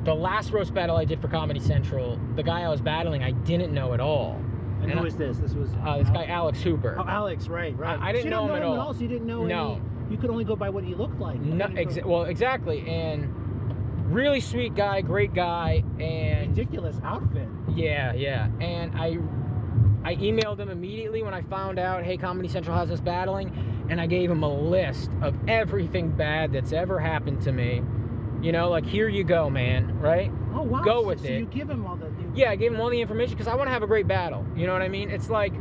S5: the last roast battle I did for Comedy Central, the guy I was battling, I didn't know at all.
S4: and
S5: and
S4: who
S5: I-
S4: was this? This was
S5: Uh, this guy,
S4: Al-
S5: Alex Hooper.
S4: Oh, Alex. Right. Right.
S5: I- I
S4: So
S5: didn't
S4: you
S5: know him at all.
S4: So you didn't know.
S5: No.
S4: Any, you could only go by what he looked like. You
S5: No,
S4: couldn't go-
S5: exa- well, exactly. And really sweet guy, great guy. And
S4: ridiculous outfit.
S5: Yeah, yeah. And I I emailed him immediately when I found out, hey, Comedy Central has us battling, and I gave him a list of everything bad that's ever happened to me. You know, like here you go, man, right?
S4: Oh wow.
S5: Go
S4: so,
S5: with
S4: so
S5: it.
S4: You give him all the. You,
S5: Yeah, I gave him all the information because I want to have a great battle. You know what I mean? It's like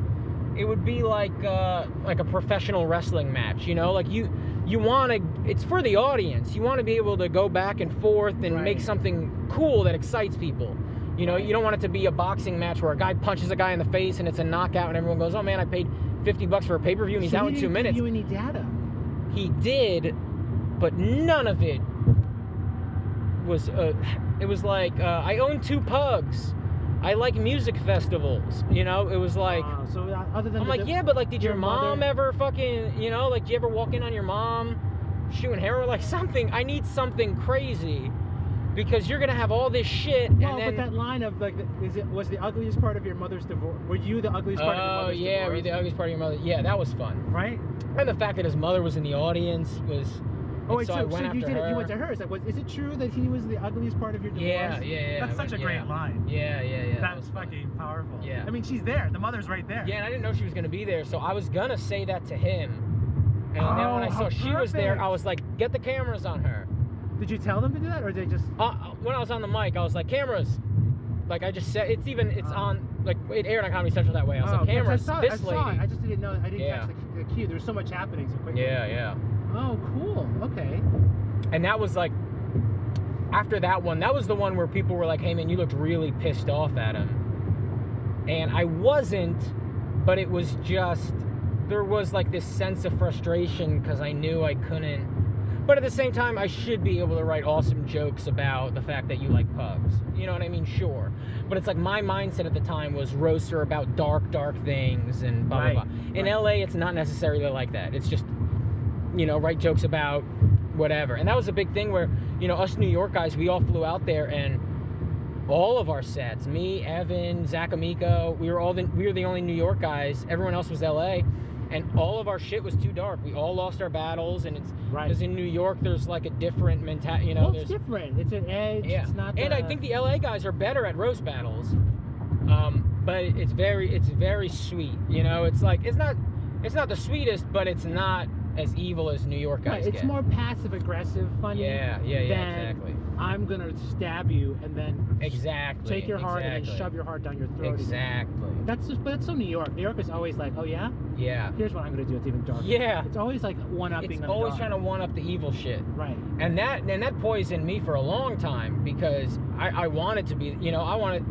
S5: it would be like uh, like a professional wrestling match. You know, like you you want to. It's for the audience. You want to be able to go back and forth and
S4: Right.
S5: make something cool that excites people. You know, you don't want it to be a boxing match where a guy punches a guy in the face and it's a knockout and everyone goes, "Oh man, I paid 50 bucks for a pay per view and he's
S4: So
S5: out
S4: he
S5: in
S4: didn't
S5: two
S4: give
S5: minutes."
S4: You any data?
S5: he did, but none of it was. Uh, it was like uh, I own two pubs. I like music festivals. You know, it was like
S4: Wow, so uh, other than
S5: I'm
S4: the
S5: like,
S4: di-
S5: yeah, but like, did your,
S4: your
S5: mom
S4: mother-
S5: ever fucking, you know, like, you ever walk in on your mom shooting heroin, like something? I need something crazy because you're gonna have all this shit,
S4: Well,
S5: and then
S4: but that line of like, the- is it was the ugliest part of your mother's divorce? Were you the ugliest part of your
S5: oh
S4: mother's
S5: yeah, were
S4: divorce?
S5: you the ugliest part of your mother? Yeah, that was fun,
S4: right?
S5: and the fact that his mother was in the audience was.
S4: Oh,
S5: and
S4: wait,
S5: so,
S4: so,
S5: I went
S4: so you
S5: after
S4: did
S5: her.
S4: it. You went to her. Is, that, was, is it true that he was the ugliest part of your divorce?
S5: Yeah, yeah, yeah.
S2: That's
S5: I
S2: such a
S5: went-
S2: great
S5: yeah.
S2: line.
S5: Yeah, yeah, yeah. that
S2: That's
S5: was fun.
S2: fucking powerful.
S5: Yeah.
S2: I mean, she's there. The mother's right there.
S5: Yeah, and I didn't know she was gonna be there, so I was gonna say that to him. And then when
S4: Oh,
S5: I
S4: how
S5: saw she was there, I
S4: perfect.
S5: was like, "Get the cameras on her."
S4: Did you tell them to do that, or they just?
S5: Uh, when I was on the mic, I was like, "Cameras." Like I just said, it's even it's
S4: Oh.
S5: on like it aired on Comedy Central that way. I was
S4: oh,
S5: like,
S4: yes,
S5: "Cameras."
S4: I saw,
S5: this
S4: it, I
S5: lady.
S4: saw it. I just didn't know. I didn't
S5: Yeah.
S4: catch the, the cue. There's so much happening so quickly.
S5: yeah, yeah.
S4: Oh, cool. Okay.
S5: And that was like, after that one, that was the one where people were like, "Hey man, you looked really pissed off at him," and I wasn't, but it was just there was like this sense of frustration because I knew I couldn't. But at the same time, I should be able to write awesome jokes about the fact that you like pubs. You know what I mean? Sure. But it's like my mindset at the time was roasts are about dark, dark things and blah, blah,
S4: Right,
S5: blah. In LA, it's not necessarily like that. It's just, you know, write jokes about whatever. And that was a big thing where, you know, us New York guys, we all flew out there and all of our sets, me, Evan, Zach Amico, we were all the, we were the only New York guys. Everyone else was LA. And all of our shit was too dark. We all lost our battles, and it's
S4: Right.
S5: because in New York there's like a different mentality. You know,
S4: well, it's
S5: there's
S4: different. It's an edge.
S5: yeah.
S4: It's not.
S5: and I think the LA guys are better at roast battles. Um, but it's very it's very sweet. You know, it's like it's not it's not the sweetest, but it's not as evil as New York
S4: Right,
S5: guys
S4: it's
S5: get.
S4: more passive aggressive funny.
S5: yeah, yeah, yeah,
S4: than
S5: exactly.
S4: I'm gonna stab you and then
S5: Exactly.
S4: take your heart and then
S5: exactly.
S4: shove your heart down your throat. again.
S5: Exactly.
S4: That's just, but that's so New York. New York is always like, oh yeah,
S5: Yeah.
S4: here's what I'm gonna do. It's even darker.
S5: Yeah.
S4: It's always like one upping.
S5: It's always trying to one up the evil shit.
S4: Right.
S5: and that and that poisoned me for a long time because I, I wanted to be you know I wanted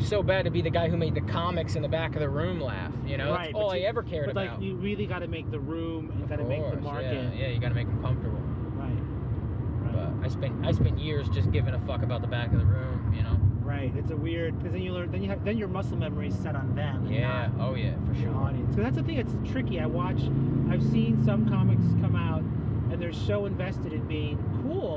S5: so bad to be the guy who made the comics in the back of the room laugh you know
S4: Right,
S5: that's
S4: but
S5: all I
S4: you-
S5: ever cared
S4: But
S5: about
S4: like, you really got to make the room and
S5: Of
S4: got to make the
S5: course, yeah,
S4: market.
S5: yeah you gotta make them comfortable
S4: Right. Right.
S5: but I spent I spent years just giving a fuck about the back of the room you know
S4: right. It's a weird because then you learn then you have, then your muscle memory is set on them. and
S5: yeah oh yeah for
S4: not your
S5: sure
S4: audience. 'Cause that's the thing. It's tricky. I watch. I've seen some comics come out and they're so invested in being cool,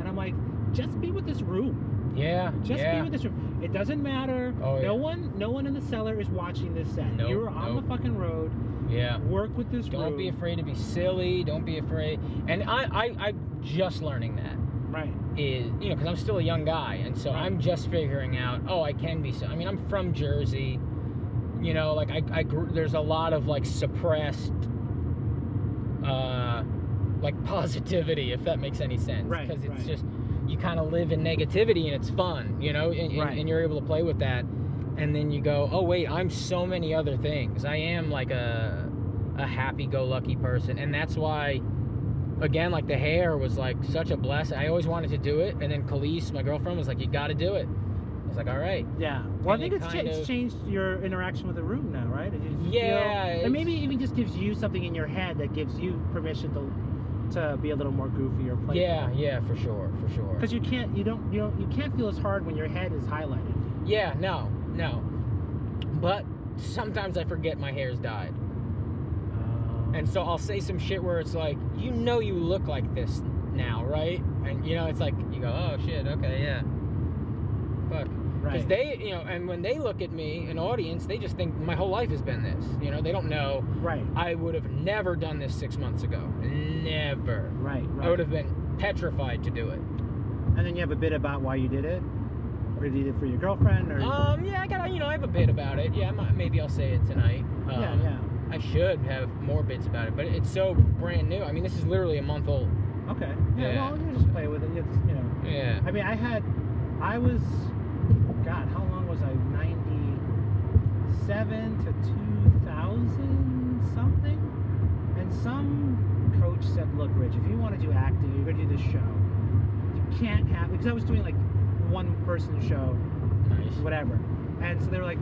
S4: and I'm like, just be with this room.
S5: yeah
S4: Just
S5: yeah
S4: be with this room. It doesn't matter.
S5: Oh,
S4: No
S5: yeah.
S4: one, no one in the cellar is watching this set.
S5: Nope,
S4: You're on
S5: nope.
S4: the fucking road.
S5: yeah
S4: Work with this room.
S5: don't be afraid to be silly don't be afraid and I I I'm just learning that
S4: Right.
S5: is you know because I'm still a young guy and so
S4: Right.
S5: I'm just figuring out oh I can be so I mean I'm from Jersey you know like I, I grew there's a lot of like suppressed uh like positivity if that makes any sense
S4: Right,
S5: because it's
S4: right.
S5: just you kind of live in negativity and it's fun you know and, and-
S4: Right.
S5: and you're able to play with that and then you go oh wait I'm so many other things I am like a a happy-go-lucky person and that's why again, like the hair was like such a blessing. I always wanted to do it, and then Khalees, my girlfriend, was like, "You got to do it." I was like, "All right."
S4: Yeah. Well,
S5: And
S4: I think
S5: it
S4: it's, cha-
S5: kind of-
S4: it's changed your interaction with the room now, right? It just
S5: Yeah,
S4: feel-
S5: it's-
S4: and maybe it even just gives you something in your head that gives you permission to to be a little more goofy or playful.
S5: yeah, yeah, for sure, for sure.
S4: Because you can't, you don't, you don't, you can't feel as hard when your head is highlighted.
S5: Yeah, no, no. But sometimes I forget my hair's dyed. Um, And so I'll say some shit where it's like, you know, you look like this now, right? And you know, it's like, you go, oh shit, okay, yeah. Fuck. Because
S4: right,
S5: they, you know, and when they look at me, an audience, they just think my whole life has been this. You know, they don't know
S4: right,
S5: I would have never done this six months ago. Never.
S4: right,
S5: I
S4: right.
S5: would have been petrified to do it.
S4: And then you have a bit about why you did it, or you did it for your girlfriend, or
S5: Um, yeah, I got, you know, I have a bit about it. Yeah, I might, maybe I'll say it tonight. Um,
S4: yeah, yeah.
S5: I should have more bits about it, but it's so brand new. I mean, this is literally a month old.
S4: Okay. Yeah.
S5: Yeah.
S4: Well, you just play with it. You, just, you know.
S5: Yeah.
S4: I mean, I had, I was, God, how long was I? Ninety-seven to two thousand something. And some coach said, "Look, Rich, if you want to do acting, you're gonna do this show. You can't have because I was doing like one-person show,
S5: Nice.
S4: whatever. And so they were like,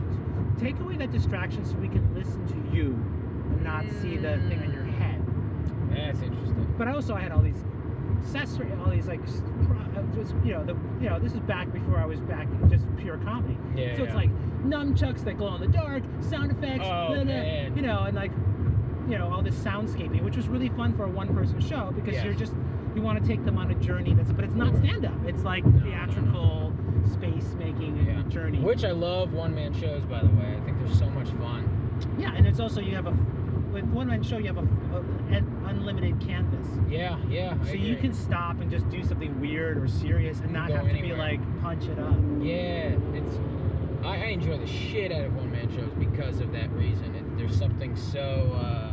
S4: take away that distraction so we can listen to you and not see the thing on your head."
S5: That's interesting.
S4: but I also had all these accessory, all these like, s- pro- uh, just, you know, the you know, this is back before I was back in just pure comedy.
S5: Yeah,
S4: So it's
S5: yeah.
S4: like nunchucks that glow in the dark, sound effects,
S5: Oh,
S4: blah, blah,
S5: man.
S4: you know, and like, you know, all this soundscaping, which was really fun for a one-person show because
S5: Yes.
S4: you're just you want to take them on a journey. That's but it's not stand-up. It's like
S5: no, no.
S4: theatrical space-making
S5: Yeah.
S4: journey.
S5: Which I love one-man shows, by the way. I think they're so much fun.
S4: yeah, and it's also you have a with one-man show you have a, a an unlimited canvas.
S5: Yeah, yeah. I
S4: So you
S5: agree.
S4: can stop and just do something weird or serious and not
S5: Go
S4: have to be
S5: anywhere.
S4: like punch it up.
S5: Yeah, it's. I, I enjoy the shit out of one-man shows because of that reason. It, there's something so uh,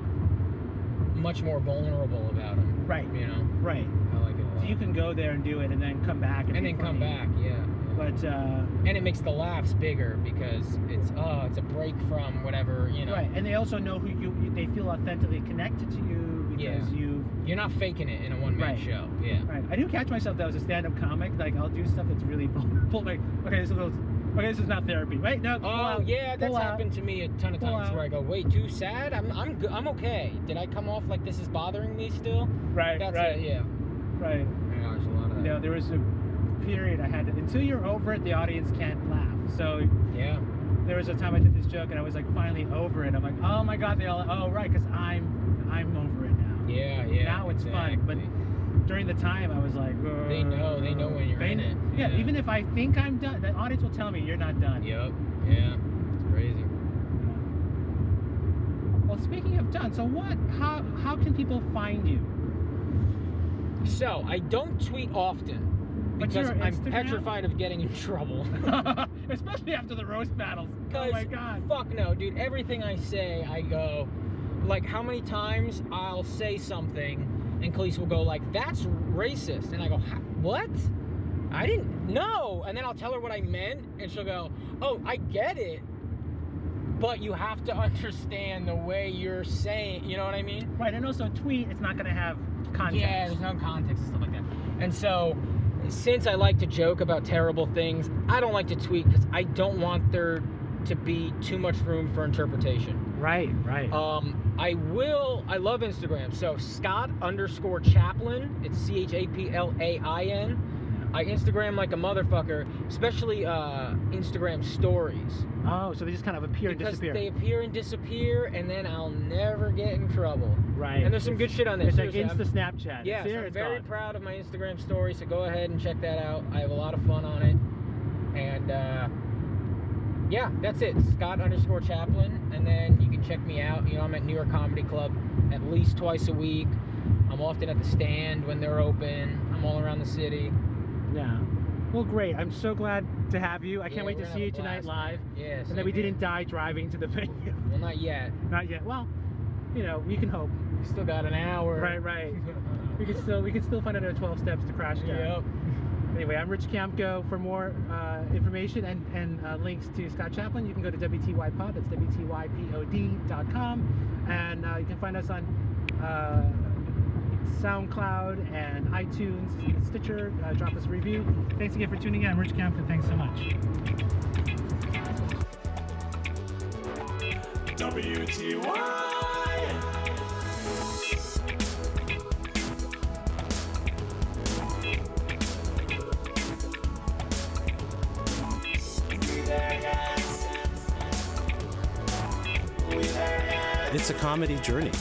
S5: much more vulnerable about them.
S4: Right,
S5: You know,
S4: right.
S5: I like it a lot.
S4: So you can go there and do it and then come back and,
S5: and
S4: be
S5: then come
S4: funny.
S5: back. Yeah.
S4: But uh,
S5: and it makes the laughs bigger because it's oh, it's a break from whatever you know.
S4: right, and they also know who you. you- They feel authentically connected to you because
S5: Yeah.
S4: you.
S5: You're not faking it in a one man
S4: Right.
S5: show. Yeah.
S4: Right. I do catch myself though as a stand-up comic. Like I'll do stuff that's really vulnerable. Like okay, this is a little. Okay, this is not therapy. Wait, no.
S5: Oh
S4: pull out,
S5: yeah, that's
S4: pull out.
S5: happened to me a ton of
S4: Pull
S5: times
S4: out.
S5: where I go, wait, too sad? I'm I'm good. I'm okay. Did I come off like this is bothering me still?
S4: Right,
S5: That's
S4: right,
S5: it. Yeah. Uh.
S4: right.
S5: Yeah, there's a lot of
S4: You know, there was a period I had to, until you're over it, the audience can't laugh. So
S5: Yeah.
S4: there was a time I did this joke and I was like finally over it. I'm like, oh my god, they all, oh right, because I'm, I'm over it now.
S5: Yeah. Yeah.
S4: Now it's fun, but-
S5: exactly.
S4: During the time, I was like,
S5: They know- they know when you're
S4: "They
S5: in
S4: kn-
S5: it."
S4: Yeah,
S5: Yeah.
S4: even if I think I'm done, the audience will tell me you're not done.
S5: Yep. Yeah. It's crazy.
S4: Well, speaking of done, so what? How how can people find you?
S5: So I don't tweet often
S4: But
S5: because
S4: your
S5: I'm
S4: Instagram?
S5: petrified of getting in trouble.
S4: Especially after the roast battles. Oh
S5: Guys,
S4: my god.
S5: Fuck no, dude. Everything I say, I go, like, how many times I'll say something and Khalees will go, like, that's racist. And I go, "Ha- what? I didn't know. And then I'll tell her what I meant and she'll go, oh, I get it. But you have to understand the way you're saying, you know what I mean?
S4: Right, and also tweet. It's not gonna have context.
S5: Yeah, there's no context and stuff like that. And so, since I like to joke about terrible things, I don't like to tweet because I don't want there to be too much room for interpretation.
S4: Right, right.
S5: Um, I will. I love Instagram. So Scott underscore Chaplin. It's C H A P L A I N. I Instagram like a motherfucker, especially uh, Instagram stories
S4: oh, so they just kind of appear and
S5: because
S4: disappear.
S5: they appear and disappear, and then I'll never get in trouble.
S4: right.
S5: And there's some good shit on there.
S4: It's like
S5: seriously. I'm-
S4: Insta Snapchat.
S5: yeah,
S4: it's
S5: so
S4: here,
S5: I'm
S4: it's
S5: very
S4: gone.
S5: proud of my Instagram story, so go ahead and check that out. I have a lot of fun on it. And uh, yeah, that's it. Scott underscore Chaplin. And then you can check me out. You know, I'm at New York Comedy Club at least twice a week. I'm often at the stand when they're open. I'm all around the city.
S4: Yeah. Well, great. I'm so glad to have you. I can't
S5: Yeah,
S4: wait
S5: we're
S4: to
S5: gonna
S4: see you
S5: have a
S4: tonight
S5: blast,
S4: live.
S5: man. Yeah.
S4: And
S5: same
S4: that we
S5: here.
S4: didn't die driving to the venue.
S5: Well, not yet.
S4: Not yet. Well, you know, we can hope.
S5: We still got an hour.
S4: Right, right. We can still we can still find out our 12 steps to crash down.
S5: yep.
S4: Anyway, I'm Rich Camco. For more uh, information and, and uh, links to Scott Chaplin, you can go to WTYPod. That's WTYPOD.com. And uh, you can find us on uh, SoundCloud and iTunes, and Stitcher. Uh, drop us a review. Thanks again for tuning in. I'm Rich Camco. Thanks so much.
S2: WTY.
S3: it's a comedy journey.